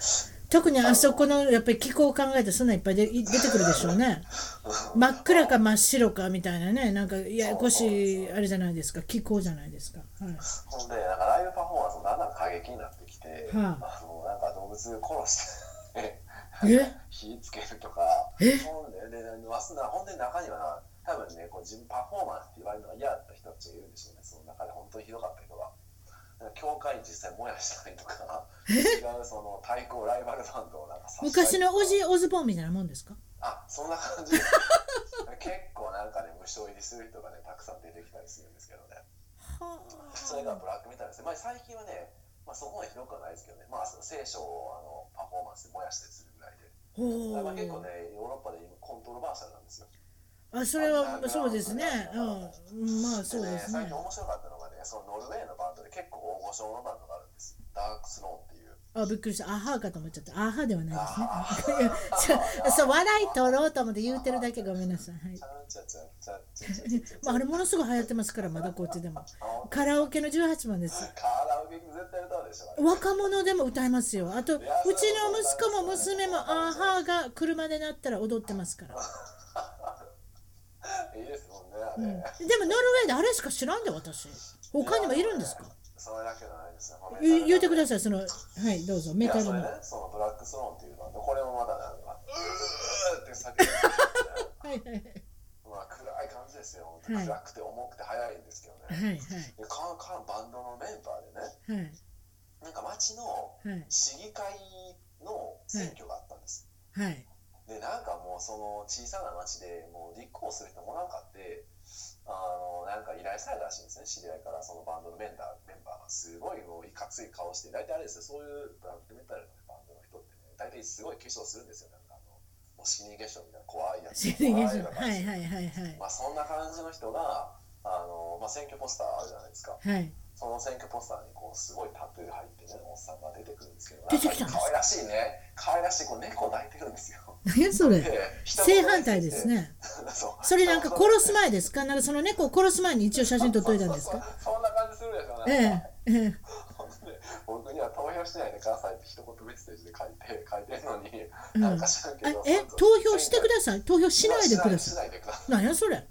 [SPEAKER 1] 特にあそこのやっぱり気候を考えたらそんなんいっぱいで出てくるでしょうね 真っ暗か真っ白かみたいなねなんかややこしいあれじゃないですか気候じゃないですか、はい、
[SPEAKER 2] ほんでなんかライブパフォーマンスもだんだん過激になってきて、
[SPEAKER 1] は
[SPEAKER 2] あのなんか動物殺して
[SPEAKER 1] え
[SPEAKER 2] 火つけるとか
[SPEAKER 1] え
[SPEAKER 2] ほんででますなほんで中にはな多分ねこう自分パフォーマンスって言われるのが嫌だった人たちがいるんでしょうねその中で本当にひどかった人がなんか教会実際燃やしたりとか違うその対抗ライバルバンドをなんか刺した
[SPEAKER 1] 昔
[SPEAKER 2] りとか
[SPEAKER 1] のオジー・オズボーンみたいなもんですか
[SPEAKER 2] あそんな感じ結構なんかね無償入りする人がねたくさん出てきたりするんですけどね
[SPEAKER 1] は
[SPEAKER 2] それがブラックメタルですね、まあ、最近はね、まあ、そこまでひどくはないですけどね、まあ、その聖書をあのパフォーマンスで燃やしたりするぐらいで、
[SPEAKER 1] ほ
[SPEAKER 2] まあ、結構
[SPEAKER 1] う
[SPEAKER 2] ねヨーロッパで今コントロバーシャルなんですよ
[SPEAKER 1] あそれはそうですねうんまあそうです
[SPEAKER 2] 最
[SPEAKER 1] ね
[SPEAKER 2] 近面白かったのがねそのノルウェーのバンドで結構大御所のバンドがあるんですよダークスローンっていう
[SPEAKER 1] あびっくりしたアハーかと思っちゃったアハーではないですねそ
[SPEAKER 2] あ
[SPEAKER 1] う そう笑い取ろうと思って言うてるだけごめんなさい、はい
[SPEAKER 2] チャンチャチャチャチャチャチャ
[SPEAKER 1] まあ、あれものすごい流行ってますからまだこっちでも
[SPEAKER 2] あ
[SPEAKER 1] カラオケの18番です
[SPEAKER 2] カラオケ絶対歌うでしょあれ
[SPEAKER 1] 若者でも歌えますよあとうちの息子も娘もアーハーが車でなったら踊ってますから、
[SPEAKER 2] いいですもんねあ
[SPEAKER 1] うん、
[SPEAKER 2] れ、
[SPEAKER 1] でもノルウェーであれしか知らんで私他にもいるんですか
[SPEAKER 2] それだけじゃないですねまあメタル
[SPEAKER 1] ゆ言うてくだ
[SPEAKER 2] さい
[SPEAKER 1] さいそのはいどうぞ
[SPEAKER 2] い
[SPEAKER 1] メタ
[SPEAKER 2] や
[SPEAKER 1] ル
[SPEAKER 2] そ
[SPEAKER 1] の
[SPEAKER 2] れね
[SPEAKER 1] は
[SPEAKER 2] そのブラックスローンっていうバンドこれもまだなんかうーって叫んで
[SPEAKER 1] い
[SPEAKER 2] る
[SPEAKER 1] はいはい
[SPEAKER 2] まあ暗い感じですよ、本当に
[SPEAKER 1] はい
[SPEAKER 2] 暗くて重くて速いんですけど
[SPEAKER 1] は
[SPEAKER 2] ね、
[SPEAKER 1] い
[SPEAKER 2] でかんかんバンドのメンバーでね
[SPEAKER 1] はい
[SPEAKER 2] なんか町
[SPEAKER 1] は
[SPEAKER 2] の
[SPEAKER 1] い
[SPEAKER 2] 市議会の選挙があったんです、
[SPEAKER 1] はい
[SPEAKER 2] でなんかもうその小さな町でもう立候補する人もなんかってあのなんか依頼されたらしいんですね知り合いからそのバンドのメンバーメンバーがすごいもういかつい顔して大体あれですよそういうブラックメタルのバンドの人ってね大体すごい化粧するんですよなんかあのもう死に化粧みたいな怖いやつ
[SPEAKER 1] 死に化粧は
[SPEAKER 2] 怖いような感じ
[SPEAKER 1] いはいはいはい
[SPEAKER 2] まあ、そんな感じの人があの、まあ、選挙ポスターあるじゃないですか
[SPEAKER 1] はい
[SPEAKER 2] その選挙ポスターにこうすごいタトゥー入ってねおっさんが出てくるんですけど
[SPEAKER 1] 出てきたんですか
[SPEAKER 2] なんか可愛らしいね可愛らしいこう猫抱いてるんですよ
[SPEAKER 1] 何やそれ
[SPEAKER 2] で
[SPEAKER 1] 正反対ですね
[SPEAKER 2] そう
[SPEAKER 1] それなんか殺す前ですかなんかその猫を殺す前に一応写真撮っといたんですか
[SPEAKER 2] そうそうそんな感じするでしょう
[SPEAKER 1] え
[SPEAKER 2] ね、
[SPEAKER 1] えええ
[SPEAKER 2] ほんで僕には投票しないでくださいって一言メッセージで書いて書いてるのに、
[SPEAKER 1] うん
[SPEAKER 2] なんか知らんけ
[SPEAKER 1] あ
[SPEAKER 2] ど
[SPEAKER 1] え投票してください投票しないでくだ
[SPEAKER 2] し
[SPEAKER 1] さ
[SPEAKER 2] ないしないでくださ
[SPEAKER 1] いなんやそれあ
[SPEAKER 2] い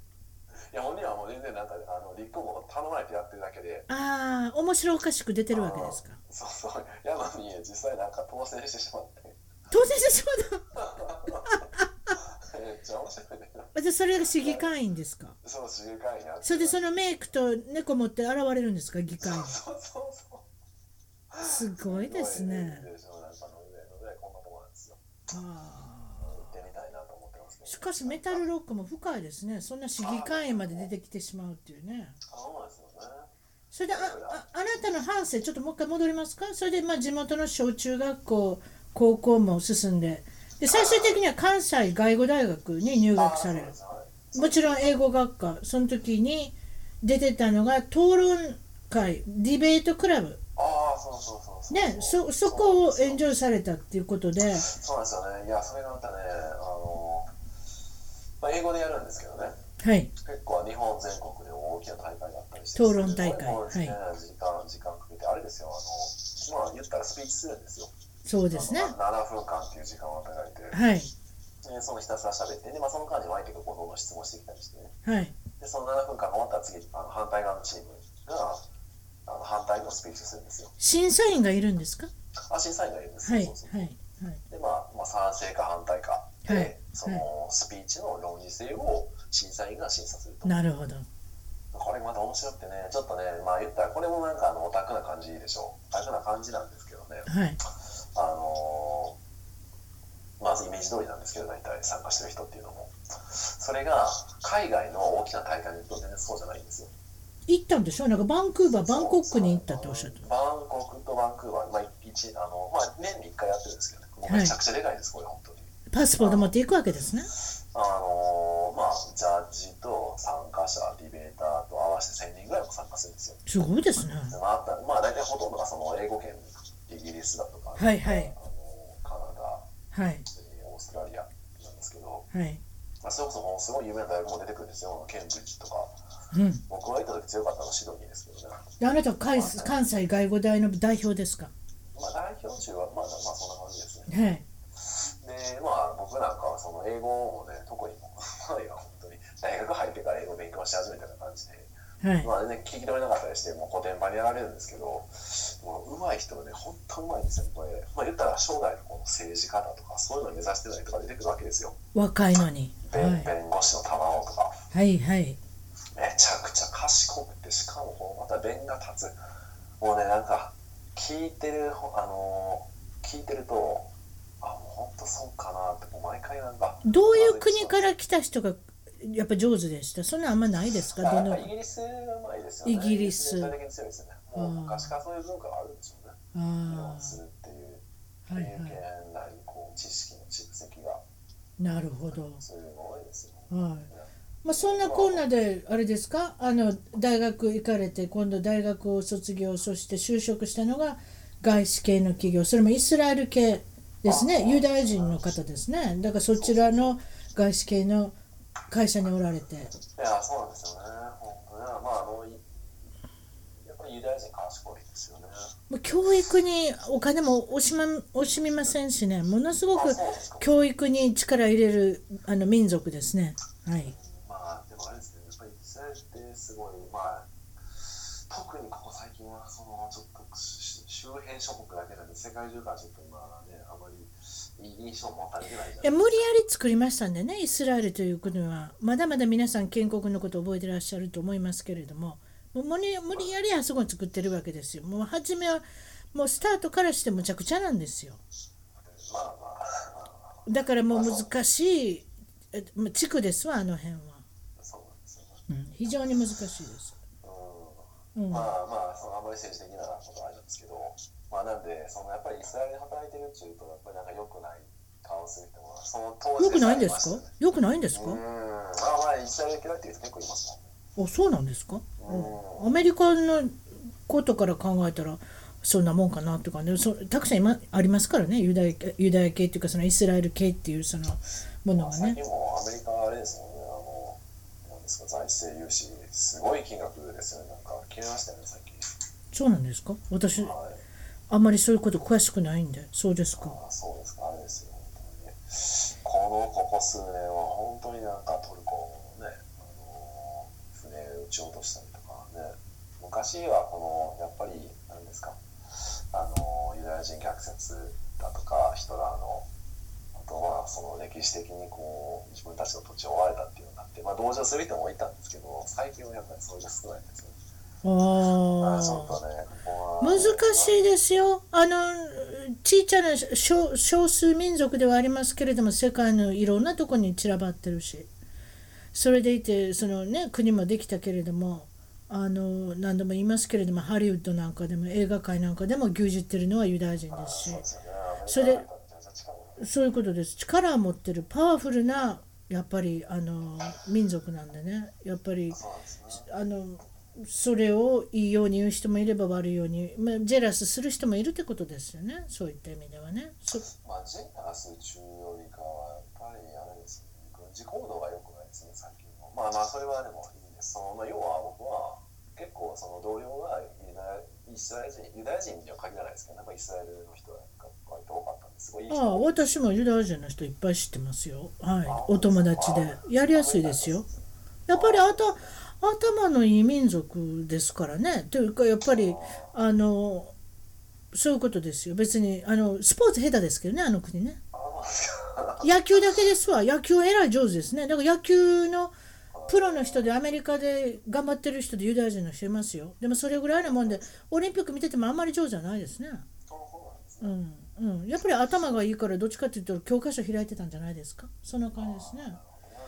[SPEAKER 2] いや本人はもう全然なんかあの立候補頼まれてやってるだけで
[SPEAKER 1] あー面白おかしく出てるわけですか
[SPEAKER 2] あーそうそうやのに実際なんか当選してしまって
[SPEAKER 1] 当選してしまった
[SPEAKER 2] めっちゃ面白いね
[SPEAKER 1] 私それが市議会員ですか
[SPEAKER 2] そう市議会員やって
[SPEAKER 1] それでそのメイクと猫持って現れるんですか議会
[SPEAKER 2] そう
[SPEAKER 1] に
[SPEAKER 2] そうそうそう
[SPEAKER 1] すごいですね
[SPEAKER 2] すごいでしょなんかノルウェーのねこんなとこなんですよ
[SPEAKER 1] あ
[SPEAKER 2] 行ってみたいなと思ってますけ
[SPEAKER 1] ー
[SPEAKER 2] ど
[SPEAKER 1] しかしメタルロックも深いですねそんな市議会員まで出てきてしまうっていうね
[SPEAKER 2] そうなんですよね
[SPEAKER 1] それであああなたの半生ちょっともう一回戻りますかそれでまあ地元の小中学校高校も進んでで最終的には関西外語大学に入学される
[SPEAKER 2] あーそうなんです
[SPEAKER 1] もちろん英語学科その時に出てたのが討論会ディベートクラブ
[SPEAKER 2] はいあーそうそうそうそう
[SPEAKER 1] ねそそこをエン
[SPEAKER 2] ジ
[SPEAKER 1] ジョイされたっていうことで
[SPEAKER 2] そうなんですよねいやそれがまたねあのまあ英語でやるんですけどね
[SPEAKER 1] はい
[SPEAKER 2] 結構日本全国で大きな大会があったりして
[SPEAKER 1] 討論大会
[SPEAKER 2] すごいもうですね
[SPEAKER 1] は
[SPEAKER 2] 時間時間かけてあれですよあのまあ言ったらスピーチするんですよ
[SPEAKER 1] そうですね
[SPEAKER 2] あの7分間っていう時間を与えられて
[SPEAKER 1] はい
[SPEAKER 2] でそのひたすら喋ってで、まあ、その間に相手がこうどんどん質問してきたりしてね
[SPEAKER 1] はい
[SPEAKER 2] でその7分間が終わったら次あの反対側のチームがあの反対のスピーチをするんですよ
[SPEAKER 1] 審査員がいるんですか
[SPEAKER 2] あ審査員がいるんです
[SPEAKER 1] は
[SPEAKER 2] よ
[SPEAKER 1] い
[SPEAKER 2] そうそう
[SPEAKER 1] はいはい
[SPEAKER 2] でまあ、まあ賛成か反対かで、
[SPEAKER 1] はい
[SPEAKER 2] そのスピーチの論理性を審査員が審査すると
[SPEAKER 1] なるほど
[SPEAKER 2] これまた面白くてね、ちょっとね、まあ言ったら、これもなんかあのオタクな感じでしょう。オタクな感じなんですけどね、
[SPEAKER 1] はい
[SPEAKER 2] あのーまずイメージ通りなんですけど、大体参加してる人っていうのも。それが、海外の大きな大会に行くと全然そうじゃないんですよ。
[SPEAKER 1] 行ったんでしょなんかバンクーバーバンコクに行ったっておっしゃって
[SPEAKER 2] バンコクとバンクーバー、まあ、一あのまあ、年に1回やってるんですけどね、もうめちゃくちゃでかいです、これ、本当に。
[SPEAKER 1] パスポート持っていくわけですね
[SPEAKER 2] あのーまあ、ジャッジと参加者、ディベーターと合わせて1000人ぐらいも参加するんですよ。
[SPEAKER 1] すごいですね
[SPEAKER 2] でまあ、あったまあ、大体ほとんどがその英語圏、イギリスだとか、
[SPEAKER 1] はいはい
[SPEAKER 2] あのーカナダ、
[SPEAKER 1] はい
[SPEAKER 2] えーオーストラリアなんですけど、
[SPEAKER 1] はい
[SPEAKER 2] まあ、それこそもうすごい有名な大学も出てくるんですよ、ケンブリッジとか。
[SPEAKER 1] うん
[SPEAKER 2] 僕が行った時強かったのはシドニーですけどね。
[SPEAKER 1] であなたは関関西外語大の代表ですか
[SPEAKER 2] まあ、代表中は、まあ、まあ、そんな感じですね。
[SPEAKER 1] はい
[SPEAKER 2] で、まあ、僕なんかはその英語をね、特にもう、 まあ今本当に大学入ってから英語勉強し始めたような感じで、
[SPEAKER 1] はい
[SPEAKER 2] まあ、全然聞き取れなかったりして、もう古典版にやられるんですけど、もう上手い人はね、本当上手いんですよ、これ。まあ、言ったら将来のこの政治家だとか、そういうのを目指してたりとか出てくるわけですよ。
[SPEAKER 1] 若いのに
[SPEAKER 2] 弁
[SPEAKER 1] は
[SPEAKER 2] 弁護士の卵とか、
[SPEAKER 1] いはいはい
[SPEAKER 2] めちゃくちゃ賢くて、しかもこうまた弁が立つ。もうね、なんか、聞いてる、あのー聞いてると、あ、もう本当そうかなって、もう毎回なんか、
[SPEAKER 1] どういう国から来た人がやっぱ上手でしたそんなんあんまないですかど
[SPEAKER 2] あ
[SPEAKER 1] の
[SPEAKER 2] イギリスがうまいですよね。
[SPEAKER 1] イギリス
[SPEAKER 2] 全体的に強いですよね。もう昔からそういう文化があるんでしょうね。議
[SPEAKER 1] あ
[SPEAKER 2] 論するっていう
[SPEAKER 1] あ
[SPEAKER 2] 経
[SPEAKER 1] はい
[SPEAKER 2] 験
[SPEAKER 1] は
[SPEAKER 2] なり、こう知識の蓄積が、
[SPEAKER 1] いなるほど
[SPEAKER 2] そういうのが多いですよね。
[SPEAKER 1] はいまあ、そんなこんなであれですかあの大学行かれて今度大学を卒業そして就職したのが外資系の企業それもイスラエル系ですねユダヤ人の方ですねだからそちらの外資系の会社におられて
[SPEAKER 2] いや、そうなんですよね。本当ね。まあ、あの、いやっぱりユダヤ人賢いですよね。
[SPEAKER 1] もう教育にお金も惜し,、ま、惜しみませんしねものすごく
[SPEAKER 2] あそうですか
[SPEAKER 1] 教育に力入れるあの民族ですねはい
[SPEAKER 2] まあ、でもあれですね、やっぱりイスラエルってすごい、まあ、特にここ最近は、そのちょっとし周辺諸国だけじゃなくて、世界中からちょっと今ね、あまりいい印象持たれてないじゃ
[SPEAKER 1] いや無理やり作りましたんでねイスラエルという国はまだまだ皆さん建国のことを覚えてらっしゃると思いますけれどももう無理無理やりあそこに作ってるわけですよもう初めはもうスタートからしてむちゃくちゃなんですよ
[SPEAKER 2] まあまあ、
[SPEAKER 1] だからもう難しいえまあ地区ですわあの辺は、
[SPEAKER 2] そうなんですよね。
[SPEAKER 1] うん非常に難しいです、う
[SPEAKER 2] うんん、ま
[SPEAKER 1] は
[SPEAKER 2] あまあ、そのあまり政治的なことはあれなんですけど、まあなんで、そのやっぱりイスラエルで働いてるっていうと、やっぱりなんか良くない顔する人も、その当
[SPEAKER 1] い、
[SPEAKER 2] 時
[SPEAKER 1] よくないんです
[SPEAKER 2] さ
[SPEAKER 1] か
[SPEAKER 2] れましたね
[SPEAKER 1] よくないんです
[SPEAKER 2] うーん、
[SPEAKER 1] か
[SPEAKER 2] まあまあ、イスラエル嫌いっていう人結構いますも
[SPEAKER 1] あ
[SPEAKER 2] んね。
[SPEAKER 1] そうなんですか、
[SPEAKER 2] う
[SPEAKER 1] アメリカのことから考えたらそんなもんかなとかねそたくさん今ありますからねユダヤユダヤ系っていうかそのイスラエル系っていうそのものがね
[SPEAKER 2] 最近もアメリカはあれですもんね、あの、なんですか、財政融資、すごい金額ですよね、なんか、消えましたよね、最近。
[SPEAKER 1] そうなんですか私
[SPEAKER 2] はい、
[SPEAKER 1] あんまりそういうこと詳しくないんでそうですか
[SPEAKER 2] あそうですか、あれですよ、本当にね。このここ数年は、本当になんかトルコのね、あの船撃ち落としたりとかね、昔はこの、やっぱり、なんですか、あの、ユダヤ人虐殺だとか、ヒトラーの、あとはその歴史的にこう自分たちの土地を追われたっていうのがあって、まあ、同情する人もいたんですけど最近はやっぱりそうじゃ少ないですよね。
[SPEAKER 1] あ
[SPEAKER 2] まあ、ちょっと
[SPEAKER 1] ー
[SPEAKER 2] ねここは
[SPEAKER 1] 難しいですよあの小さな少少数民族ではありますけれども世界のいろんなとこに散らばってるしそれでいてその、ね、国もできたけれどもあの何度も言いますけれどもハリウッドなんかでも映画界なんかでも牛耳ってるのはユダヤ人
[SPEAKER 2] まあ
[SPEAKER 1] です
[SPEAKER 2] そうです
[SPEAKER 1] しそ
[SPEAKER 2] よね
[SPEAKER 1] れで
[SPEAKER 2] アメリカなんかめちゃめちゃ近いもんね
[SPEAKER 1] そういうことです力を持ってるパワフルなやっぱりあの民族なんでねやっぱり
[SPEAKER 2] そうなんですね。
[SPEAKER 1] あのそれをいいように言う人もいれば悪いように、まあ、ジェラスする人もいるってことですよねそういった意味ではねそ
[SPEAKER 2] まあ、ジェラス中よりかは、やっぱりあれですよね、軍事行動が良くないですね、最近の。まあまあ、それはでもいいんです。そのまあ、要は僕は、結構その同僚がユダヤイスラエル人、ユダヤ人には限らないですけど、ね、まあイスラエルの人が割と多かったんです。すごいいい
[SPEAKER 1] あ
[SPEAKER 2] 人
[SPEAKER 1] あ私もユダヤ人の人いっぱい知ってますよはいお友達でやりやすいですよやっぱりあた頭のいい民族ですからねというかやっぱりあのそういうことですよ別にあのスポーツ下手ですけどねあの国ね
[SPEAKER 2] ああ、そうですか。
[SPEAKER 1] 野球だけですわ野球はえらい上手ですねだから野球のプロの人でアメリカで頑張ってる人でユダヤ人の人いますよでもそれぐらいのもんでオリンピック見ててもあんまり上手じゃないですね
[SPEAKER 2] そうなんです
[SPEAKER 1] う
[SPEAKER 2] ね。
[SPEAKER 1] んうんやっぱり頭がいいからどっちかっていうと教科書開いてたんじゃないですかそんな感じですね
[SPEAKER 2] あの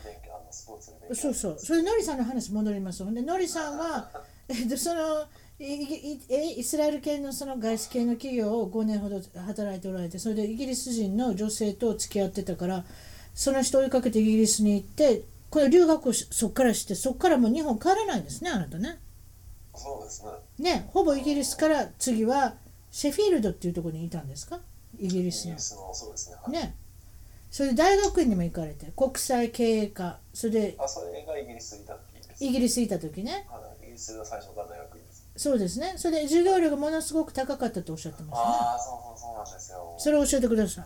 [SPEAKER 2] 勉強あのスポーツで勉強
[SPEAKER 1] そうそう。それでノリさんの話戻ります。ほんでノリさんは えっとそのいいいえイスラエル系のその外資系の企業を5年ほど働いておられて、それでイギリス人の女性と付き合ってたから、その人を追いかけてイギリスに行って、これ留学をしそっからして、そっからもう日本帰らないんですね、あなたね。
[SPEAKER 2] そうですね。
[SPEAKER 1] ね、ほぼイギリスから次はシェフィールドっていうところにいたんですか？イギリ
[SPEAKER 2] イ
[SPEAKER 1] ス
[SPEAKER 2] ギ
[SPEAKER 1] の
[SPEAKER 2] リ。スのそうですね。はい
[SPEAKER 1] ね。それで大学院にも行かれて、国際経営科、それで
[SPEAKER 2] あそれがイギリスにいた時です。
[SPEAKER 1] イギリスにいた時ね。
[SPEAKER 2] はいイギリスが最初から大学院です。
[SPEAKER 1] そうですね。それで授業料がものすごく高かったとおっしゃってましたね。
[SPEAKER 2] ああそうそうそうなんですよ。
[SPEAKER 1] それを教えてくださ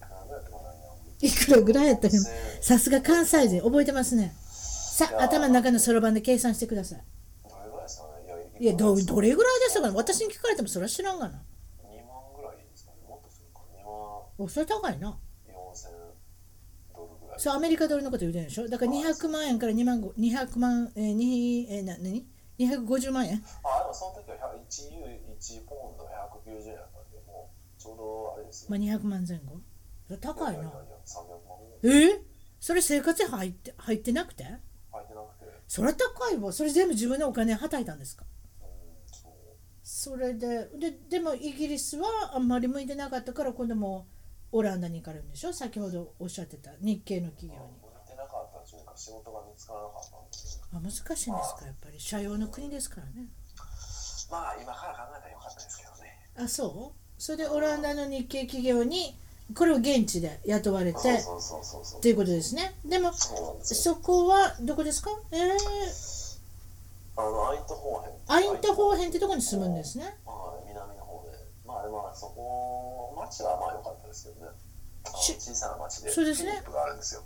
[SPEAKER 2] なんだってもない
[SPEAKER 1] い。いくらぐらいやったかな
[SPEAKER 2] せー
[SPEAKER 1] さすが関西人、覚えてますね。さ
[SPEAKER 2] いやー
[SPEAKER 1] あ、頭の中のそろばんで計算してください。
[SPEAKER 2] な。どれぐらいですかね。いや
[SPEAKER 1] いや、どうどれぐらいでしたかね
[SPEAKER 2] ね。
[SPEAKER 1] 私に聞かれてもそれは知らんがな。
[SPEAKER 2] 二万ぐらいですかね。もっとするか。二万
[SPEAKER 1] お、それ高いな。
[SPEAKER 2] 四千ドルぐらい。
[SPEAKER 1] そう、アメリカドルのこと言うてるでしょ。だから200万円から2万5、200万、えー、に、えー、な、何 ?250 万円
[SPEAKER 2] あでもその時は1ユー1ポンド190円だったんでもうちょうどあれですよ。
[SPEAKER 1] まあ、200万前後。それ高いな
[SPEAKER 2] やや。やや300万ぐらい
[SPEAKER 1] えー、それ生活費入って、入ってなくて
[SPEAKER 2] 入ってなくて。
[SPEAKER 1] それは高いわ。それ全部自分のお金はたいたんですか
[SPEAKER 2] うんそ
[SPEAKER 1] そ
[SPEAKER 2] う。
[SPEAKER 1] れでででもイギリスはあんまり向いてなかったから今度もオランダに行かれるんでしょ先ほどおっしゃってた日系の企業に
[SPEAKER 2] 向いてなかったというか仕事が見つからなかったんですよ
[SPEAKER 1] あ難しいんですかやっぱり社用の国ですからね
[SPEAKER 2] まあ今から考えたらよかったですけどね
[SPEAKER 1] あそうそれでオランダの日系企業にこれを現地で雇われてっ
[SPEAKER 2] そうそうそうそう
[SPEAKER 1] ていうことですねでも
[SPEAKER 2] そうなんですよ
[SPEAKER 1] そこはどこですかえー、
[SPEAKER 2] あのアイント方辺
[SPEAKER 1] アイント方辺ってとこに住むんですね
[SPEAKER 2] まあ南の方でまあでもそこ町はまあ良かったですけどねあの
[SPEAKER 1] し
[SPEAKER 2] 小さな町で
[SPEAKER 1] そうですね
[SPEAKER 2] クリニックがあるんですよ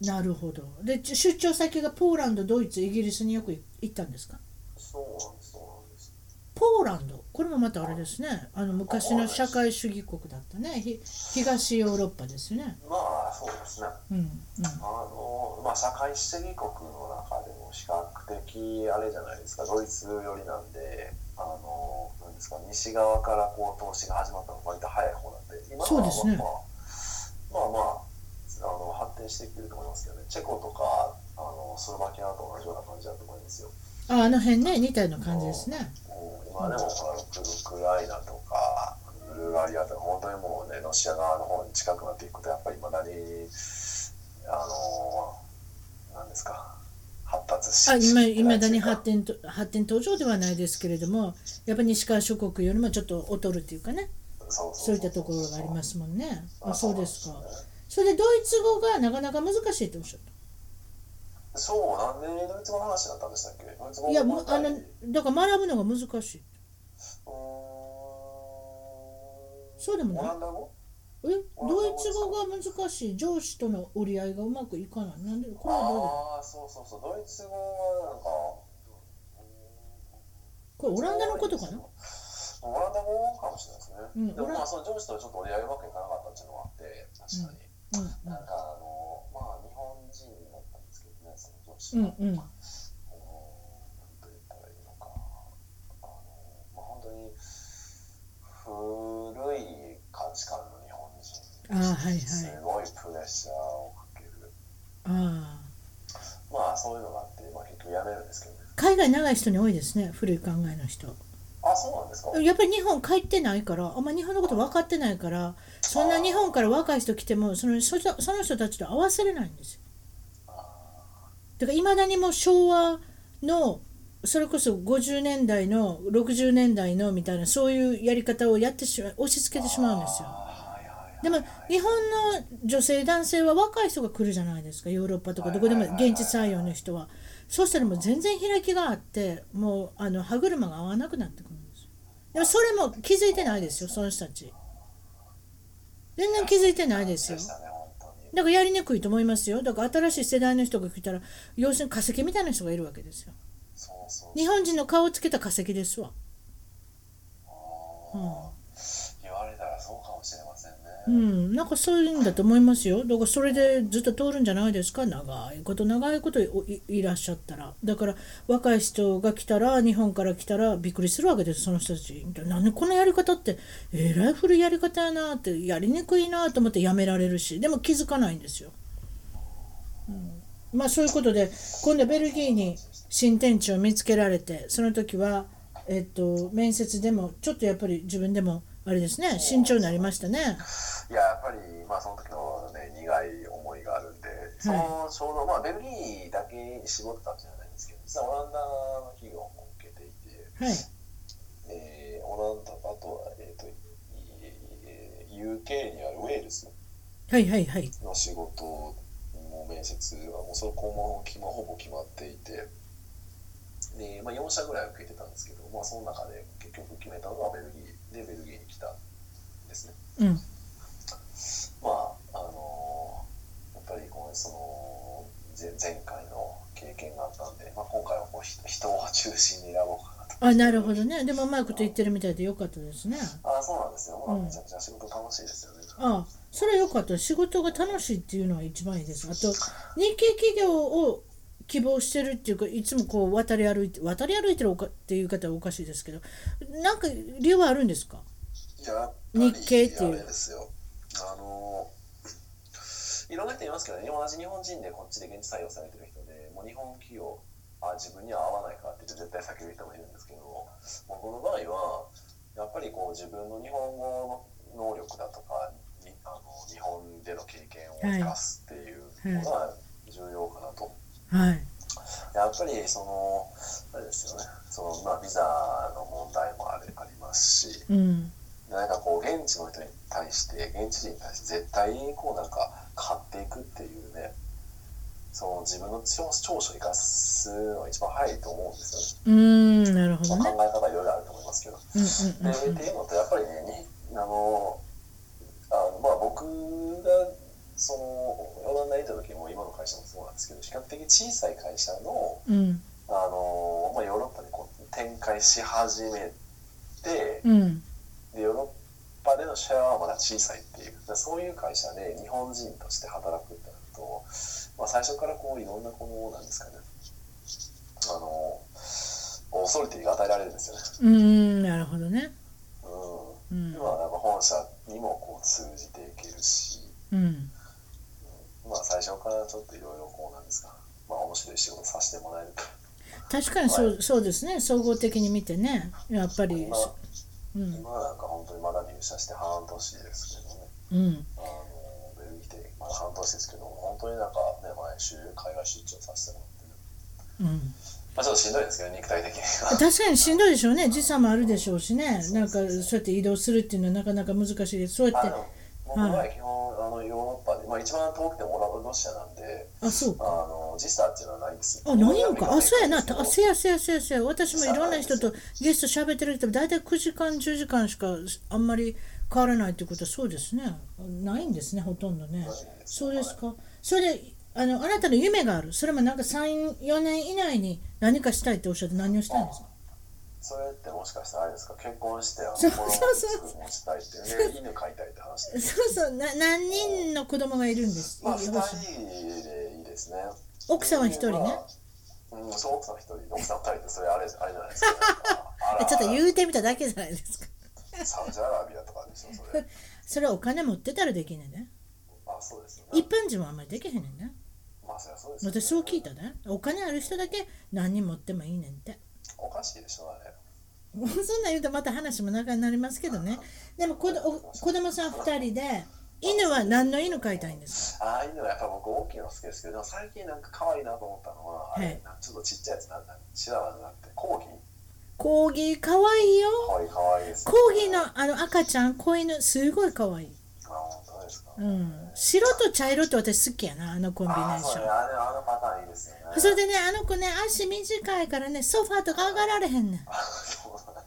[SPEAKER 1] なるほどでち出張先がポーランドドイツイギリスによく行ったんですか
[SPEAKER 2] そうなんですそうなんです
[SPEAKER 1] ポーランドこれもまたあれですねあの昔の社会主義国だったねひ東ヨーロッパですよね
[SPEAKER 2] まあそうですね
[SPEAKER 1] うんうん
[SPEAKER 2] あのまあ社会主義国の中でも比較的あれじゃないですかドイツ寄りなんであのなんですか西側からこう投資が始まったのが割と早い方なんで今
[SPEAKER 1] そう
[SPEAKER 2] は
[SPEAKER 1] ですね
[SPEAKER 2] まあまあ、まあまあ、あの発展してきてると思いますけどねチェコとかあのスロバキアと同じような感じだと思いますよ。
[SPEAKER 1] ああの辺ね似たような感じですね
[SPEAKER 2] もう今でもほらウクライナとかブルガリアとか本当にもうねロシア側の方に近くなっていくとやっぱりまだにあのなんですか発達し
[SPEAKER 1] あ今
[SPEAKER 2] して
[SPEAKER 1] い
[SPEAKER 2] な
[SPEAKER 1] ま
[SPEAKER 2] いと
[SPEAKER 1] だ
[SPEAKER 2] い
[SPEAKER 1] に
[SPEAKER 2] うか
[SPEAKER 1] 発展と発展途上ではないですけれどもやっぱり西側諸国よりもちょっと劣るというかね
[SPEAKER 2] そう
[SPEAKER 1] そういったところがありますすもんねあそうですかそれでドイツ語がなかなか難しいとおっしゃっ
[SPEAKER 2] そうなんでドイツ語の話だったんでしたっけドイツ
[SPEAKER 1] た
[SPEAKER 2] 語
[SPEAKER 1] いやも
[SPEAKER 2] も
[SPEAKER 1] うあのだから学ぶのが難しいそうでもない
[SPEAKER 2] オランダ語
[SPEAKER 1] えドイツ語が難しい上司との折り合いがうまくいかないなんでこれはどうですか
[SPEAKER 2] ああそうそうそうドイツ語はなんか
[SPEAKER 1] これオランダのことかな
[SPEAKER 2] オランダ語かもしれないですね。
[SPEAKER 1] うん
[SPEAKER 2] でも
[SPEAKER 1] オラ
[SPEAKER 2] ま
[SPEAKER 1] ン
[SPEAKER 2] あその上司とはちょっと折り合いうまくいかなかったっていうのがあって、確かに。
[SPEAKER 1] うん
[SPEAKER 2] なんかあの、まあ日本人だったんですけどね、その上司
[SPEAKER 1] う
[SPEAKER 2] が。
[SPEAKER 1] んうんうん
[SPEAKER 2] あのなんと言ったらいいのか、あのまあ、本当に古い価値観の日本人。
[SPEAKER 1] ああはいはい
[SPEAKER 2] すごいプレッシャーをかける。
[SPEAKER 1] あ
[SPEAKER 2] まあそういうのがあって、まあ結局やめるんですけどね
[SPEAKER 1] あ。海外長い人に多いですね古い考えの人
[SPEAKER 2] あ、そうなんですか。
[SPEAKER 1] やっぱり日本帰ってないからあんま日本のこと分かってないからそんな日本から若い人来てもそのそその人たちと合わせれないんですよだからいまだにもう昭和のそれこそ50年代の60年代のみたいなそういうやり方をやってしま押し付けてしまうんですよ
[SPEAKER 2] はいはいはい
[SPEAKER 1] でも日本の女性男性は若い人が来るじゃないですかヨーロッパとかどこでも
[SPEAKER 2] はいはいはい
[SPEAKER 1] 現地採用の人はそうしたらもう全然開きがあってもうあの歯車が合わなくなってくるんですよでもそれも気づいてないですよその人たち全然気づいてないですよ
[SPEAKER 2] でしたね、本当に。
[SPEAKER 1] だからやりにくいと思いますよだから新しい世代の人が来たら要するに化石みたいな人がいるわけですよ
[SPEAKER 2] そうそう。
[SPEAKER 1] 日本人の顔をつけた化石ですわ
[SPEAKER 2] あー言われたらそうかもしれませんね。
[SPEAKER 1] うん、なんかそういうんだと思いますよ。だからそれでずっと通るんじゃないですか、長いこと、長いこといいいらっしゃったら。だから若い人が来たら、日本から来たらびっくりするわけです、その人たち。なんでこのやり方って、えらい古いやり方やなって、やりにくいなと思ってやめられるし、でも気づかないんですよ。うん、まあそういうことで、今度ベルギーに新天地を見つけられて、その時は、えっと、面接でも、ちょっとやっぱり自分でも、あれですね、慎重になりましたね。
[SPEAKER 2] いややっぱり、まあ、その時の、ね、苦い思いがあるんで、そのちょうど、まあ、ベルギーだけに絞ったんじゃないんですけど、実はオランダの企業も受けていて、
[SPEAKER 1] はい。
[SPEAKER 2] えーオランダとあとは、えーといえー UK にあるウェールズ
[SPEAKER 1] はいはいはい。
[SPEAKER 2] の仕事も面接はもうそこも決まほぼ決まっていてで、まあ、4社ぐらい受けてたんですけど、まあ、その中で結局決めたのはベルギーでベルギーに来たんですね。
[SPEAKER 1] うん。
[SPEAKER 2] まああのやっぱりこのその前前回の経験があったんで、まあ、今回はこうひ人を中心に選ぼうかなと。
[SPEAKER 1] あ、なるほどね。でもうまいこと言ってるみたいでよかったですね。
[SPEAKER 2] ああそうなんですよ、まあ、
[SPEAKER 1] うん
[SPEAKER 2] めちゃくちゃ仕事楽しいですよね。
[SPEAKER 1] ああ、それはよかった。仕事が楽しいっていうのは一番いいです。あと、日系企業を希望してるっていうか、いつもこう渡り歩いて、渡り歩いてるおかっていう方はおかしいですけど、なんか理由はあるんですか
[SPEAKER 2] やっぱり
[SPEAKER 1] 日系っていう
[SPEAKER 2] あれですよ。あのいろんな人いますけどね、同じ日本人でこっちで現地採用されてる人で、もう日本企業、あ自分には合わないからって言って絶対避ける人もいるんですけど、僕の場合は、やっぱりこう自分の日本語の能力だとか、にあの日本での経験を生かすっていうのが重要かなと。
[SPEAKER 1] はい。
[SPEAKER 2] やっぱりその、あれですよね、そのまあ、ビザの問題もあれありますし、
[SPEAKER 1] うん。
[SPEAKER 2] なんかこう現地の人に対して現地人に対して絶対にこうなんか買っていくっていうねその自分の長長所を生かすのが一番早いと思うんです
[SPEAKER 1] うーん、なるほ
[SPEAKER 2] よ
[SPEAKER 1] ど
[SPEAKER 2] ね、ま
[SPEAKER 1] ね
[SPEAKER 2] あ、。考え方はいろいろあると思いますけど、
[SPEAKER 1] うんうん
[SPEAKER 2] で
[SPEAKER 1] うんう
[SPEAKER 2] っ
[SPEAKER 1] ん。
[SPEAKER 2] ていうのとやっぱりねにあのあのまあ僕がそのオランダにいた時も今の会社もそうなんですけど比較的小さい会社の
[SPEAKER 1] うん。
[SPEAKER 2] あの、まあ、ヨーロッパにこう展開し始めて、
[SPEAKER 1] うん。
[SPEAKER 2] でヨーロッパでのシェアはまだ小さいっていうでそういう会社で日本人として働くってなると、まあ、最初からこういろんなこのなんですかねあのオーソリティが与えられるんですよ
[SPEAKER 1] うー
[SPEAKER 2] ね。
[SPEAKER 1] ん、なるほどね。う
[SPEAKER 2] う、
[SPEAKER 1] んん
[SPEAKER 2] 今。はなんか本社にもこう通じていけるし、
[SPEAKER 1] うん。
[SPEAKER 2] まあ、最初からちょっといろいろこうなんですか、まあ、面白い仕事させてもらえると。
[SPEAKER 1] 確かにそうそうですね。総合的に見てね。やっぱり
[SPEAKER 2] 今、
[SPEAKER 1] うん。
[SPEAKER 2] 今なんか本当にまだ入社して半年ですけどね。
[SPEAKER 1] うん、
[SPEAKER 2] あのベルギーでまだ半年ですけど、本当になんかね、毎週海外出張させてもらってる、
[SPEAKER 1] うん、
[SPEAKER 2] まあ、ちょっとしんどいですけど、肉体的には。
[SPEAKER 1] 確かにしんどいでしょうね時差もあるでしょうしねなんかそうやって移動するっていうのはなかなか難しいですそうやっ
[SPEAKER 2] あ
[SPEAKER 1] て
[SPEAKER 2] の僕は基本、あのヨーロッパで、まあ、一番遠くてもオラロシアなんで、
[SPEAKER 1] あそう
[SPEAKER 2] あ
[SPEAKER 1] か
[SPEAKER 2] の時差っていうのはないです
[SPEAKER 1] あないんかあそうやなあ
[SPEAKER 2] そ
[SPEAKER 1] せやせやせやせや私もいろんな人とゲスト喋ってるけど大体9時間10時間しかあんまり変わらないってことはそうですねないんですねほとんどねそうですかそれであのあなたの夢があるそれもなんか34年以内に何かしたいっておっしゃって何をしたいんですか
[SPEAKER 2] それってもしかしたらあれですか、結婚して、あの
[SPEAKER 1] そう
[SPEAKER 2] 子供を作るのしたいっていう、ね、犬飼いたいって話で。
[SPEAKER 1] そうそうな何人の子供がいるんです
[SPEAKER 2] まあ、
[SPEAKER 1] いい
[SPEAKER 2] 2
[SPEAKER 1] 欲しい
[SPEAKER 2] 人でいいですね。
[SPEAKER 1] 奥さんは一人ね。
[SPEAKER 2] うん、そう、奥さん一人、奥さん二人って、それあれ、あれじゃないですか。あら
[SPEAKER 1] えちょっと言うてみただけじゃないですか。
[SPEAKER 2] サウジアラビアとかでしょ、そ れ。
[SPEAKER 1] それはお金持ってたらできんねんね。
[SPEAKER 2] あ、そうですよね。
[SPEAKER 1] 一般人はあんまりできへんねんね。
[SPEAKER 2] まあ、そりゃそうですよね
[SPEAKER 1] 私そう聞いたね。お金ある人だけ何人持ってもいいねんって。
[SPEAKER 2] おかしいでしょ、あれ。
[SPEAKER 1] もうそんなん言うとまた話も長になりますけどね。でも子どお子供さん2人で犬は何の犬飼いたいんですか
[SPEAKER 2] ああいうのはやっぱ僕大きいの好きですけど、でも最近なんか可愛いなと思ったのは、
[SPEAKER 1] は
[SPEAKER 2] あれ
[SPEAKER 1] い、
[SPEAKER 2] なんかちょっとちっちゃいやつなんだ、シラワじゃなくて、コーギー。
[SPEAKER 1] コーギーかわいいよ。
[SPEAKER 2] 可愛い可愛いです、
[SPEAKER 1] コーギー。のあの赤ちゃん、子犬、すごいかわいい。
[SPEAKER 2] あ、本当ですか。
[SPEAKER 1] うん。白と茶色って私好きやな、あのコンビネ
[SPEAKER 2] あ
[SPEAKER 1] ー
[SPEAKER 2] あ、
[SPEAKER 1] シ
[SPEAKER 2] そう
[SPEAKER 1] ョ
[SPEAKER 2] ね、
[SPEAKER 1] ン。
[SPEAKER 2] あれ、あのパターンいいですよね。
[SPEAKER 1] それでね、あの子ね、足短いからね、ソファーとか上がられへんねん。
[SPEAKER 2] あそうなんだ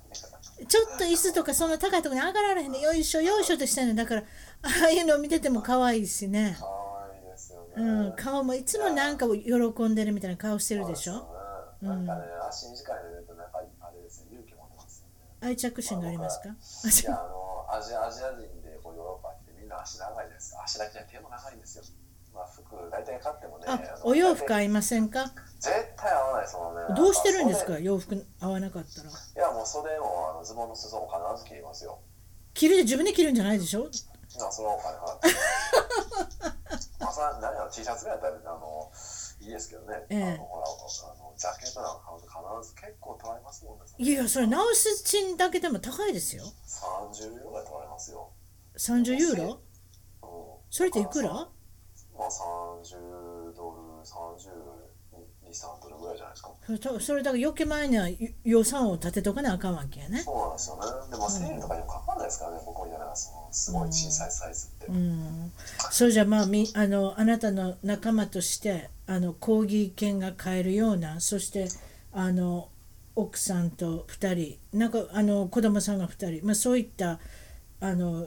[SPEAKER 1] ちょっと椅子とかそんな高いところに上がられへんで、よいしょよいしょとしてんの。だから、ああいうのを見てても可愛いしね。
[SPEAKER 2] 可愛いですよね。
[SPEAKER 1] うん、顔もいつもなんかを喜んでるみたいな顔してるでしょ。
[SPEAKER 2] そうですよね。なんかね、足短いので、なんか、あれですね、勇気持てますよね。
[SPEAKER 1] 愛着心がありますか
[SPEAKER 2] いやあのアジアアジア人でこうヨーロッパ来てみんな足長いじゃないですか。足だけじゃなくて手も長いんですよ。まあ、服、大体買ってもね、
[SPEAKER 1] あ
[SPEAKER 2] あの
[SPEAKER 1] お洋服
[SPEAKER 2] 大体
[SPEAKER 1] 合いませんか
[SPEAKER 2] 絶対合わないですもんね。
[SPEAKER 1] どうしてるんです
[SPEAKER 2] あ
[SPEAKER 1] か洋服合わなかったら
[SPEAKER 2] 袖いや、もう袖もあのズボンの裾も必ず切りますよ。
[SPEAKER 1] 着るで自分で着るんじゃないでしょ
[SPEAKER 2] まあ、そのお金払って。 まさ何やろ、T シャツぐらいだったら、あの、いいですけどね。
[SPEAKER 1] ええ
[SPEAKER 2] あの、ほら、あの、ジャケットなんか買うと必ず結構取られますもんね。
[SPEAKER 1] いやそれ直す賃だけでも高いですよ
[SPEAKER 2] 30ユーロぐらい取られますよ。
[SPEAKER 1] 30ユーロ
[SPEAKER 2] うん。
[SPEAKER 1] それっていくら
[SPEAKER 2] まあ、30ドル、32、3ドルぐらいじゃないですか。
[SPEAKER 1] それとそれだから余計前には予算を立てとかなあかんわけやね
[SPEAKER 2] そうなんですよね。でも、セールとかにもかかんないですからね、僕みたいな、その、すごい小さいサイズって。
[SPEAKER 1] うんそれじゃあまあみあのあなたの仲間としてあの講義犬が買えるようなそしてあの奥さんと2人なんかあの子供さんが2人、まあ、そういったあの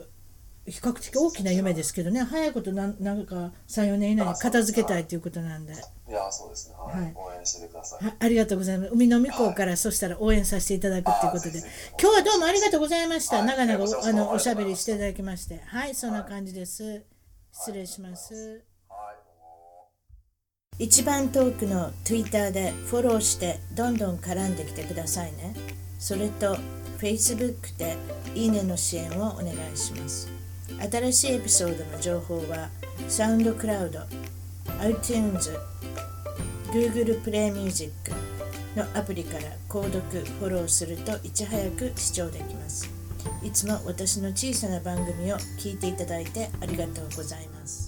[SPEAKER 1] 比較的大きな夢ですけどね早いことなんなんか34年以内に片付けたいということなんで。
[SPEAKER 2] いや、そうですね。はい。
[SPEAKER 1] はい
[SPEAKER 2] 応援しててください。
[SPEAKER 1] あありがとうございます。海の向こうから、そしたら応援させていただくということで
[SPEAKER 2] あぜひぜひ、
[SPEAKER 1] 今日はどうもありがとうございました。
[SPEAKER 2] はい
[SPEAKER 1] 長々
[SPEAKER 2] こちらこ
[SPEAKER 1] お
[SPEAKER 2] そ
[SPEAKER 1] あ
[SPEAKER 2] どう
[SPEAKER 1] の
[SPEAKER 2] もあ
[SPEAKER 1] お
[SPEAKER 2] り
[SPEAKER 1] し
[SPEAKER 2] が
[SPEAKER 1] ゃ
[SPEAKER 2] とうございます
[SPEAKER 1] べりしていただきまして、はい、そんな感じです。失礼します。
[SPEAKER 2] はい、どうも。
[SPEAKER 1] 一番トークの Twitter でフォローしてどんどん絡んできてくださいねそれと Facebook でいいねの支援をお願いします新しいエピソードの情報はサウンドクラウド iTunes Google プレイミュージックのアプリから購読フォローするといち早く視聴できますいつも私の小さな番組を聞いていただいてありがとうございます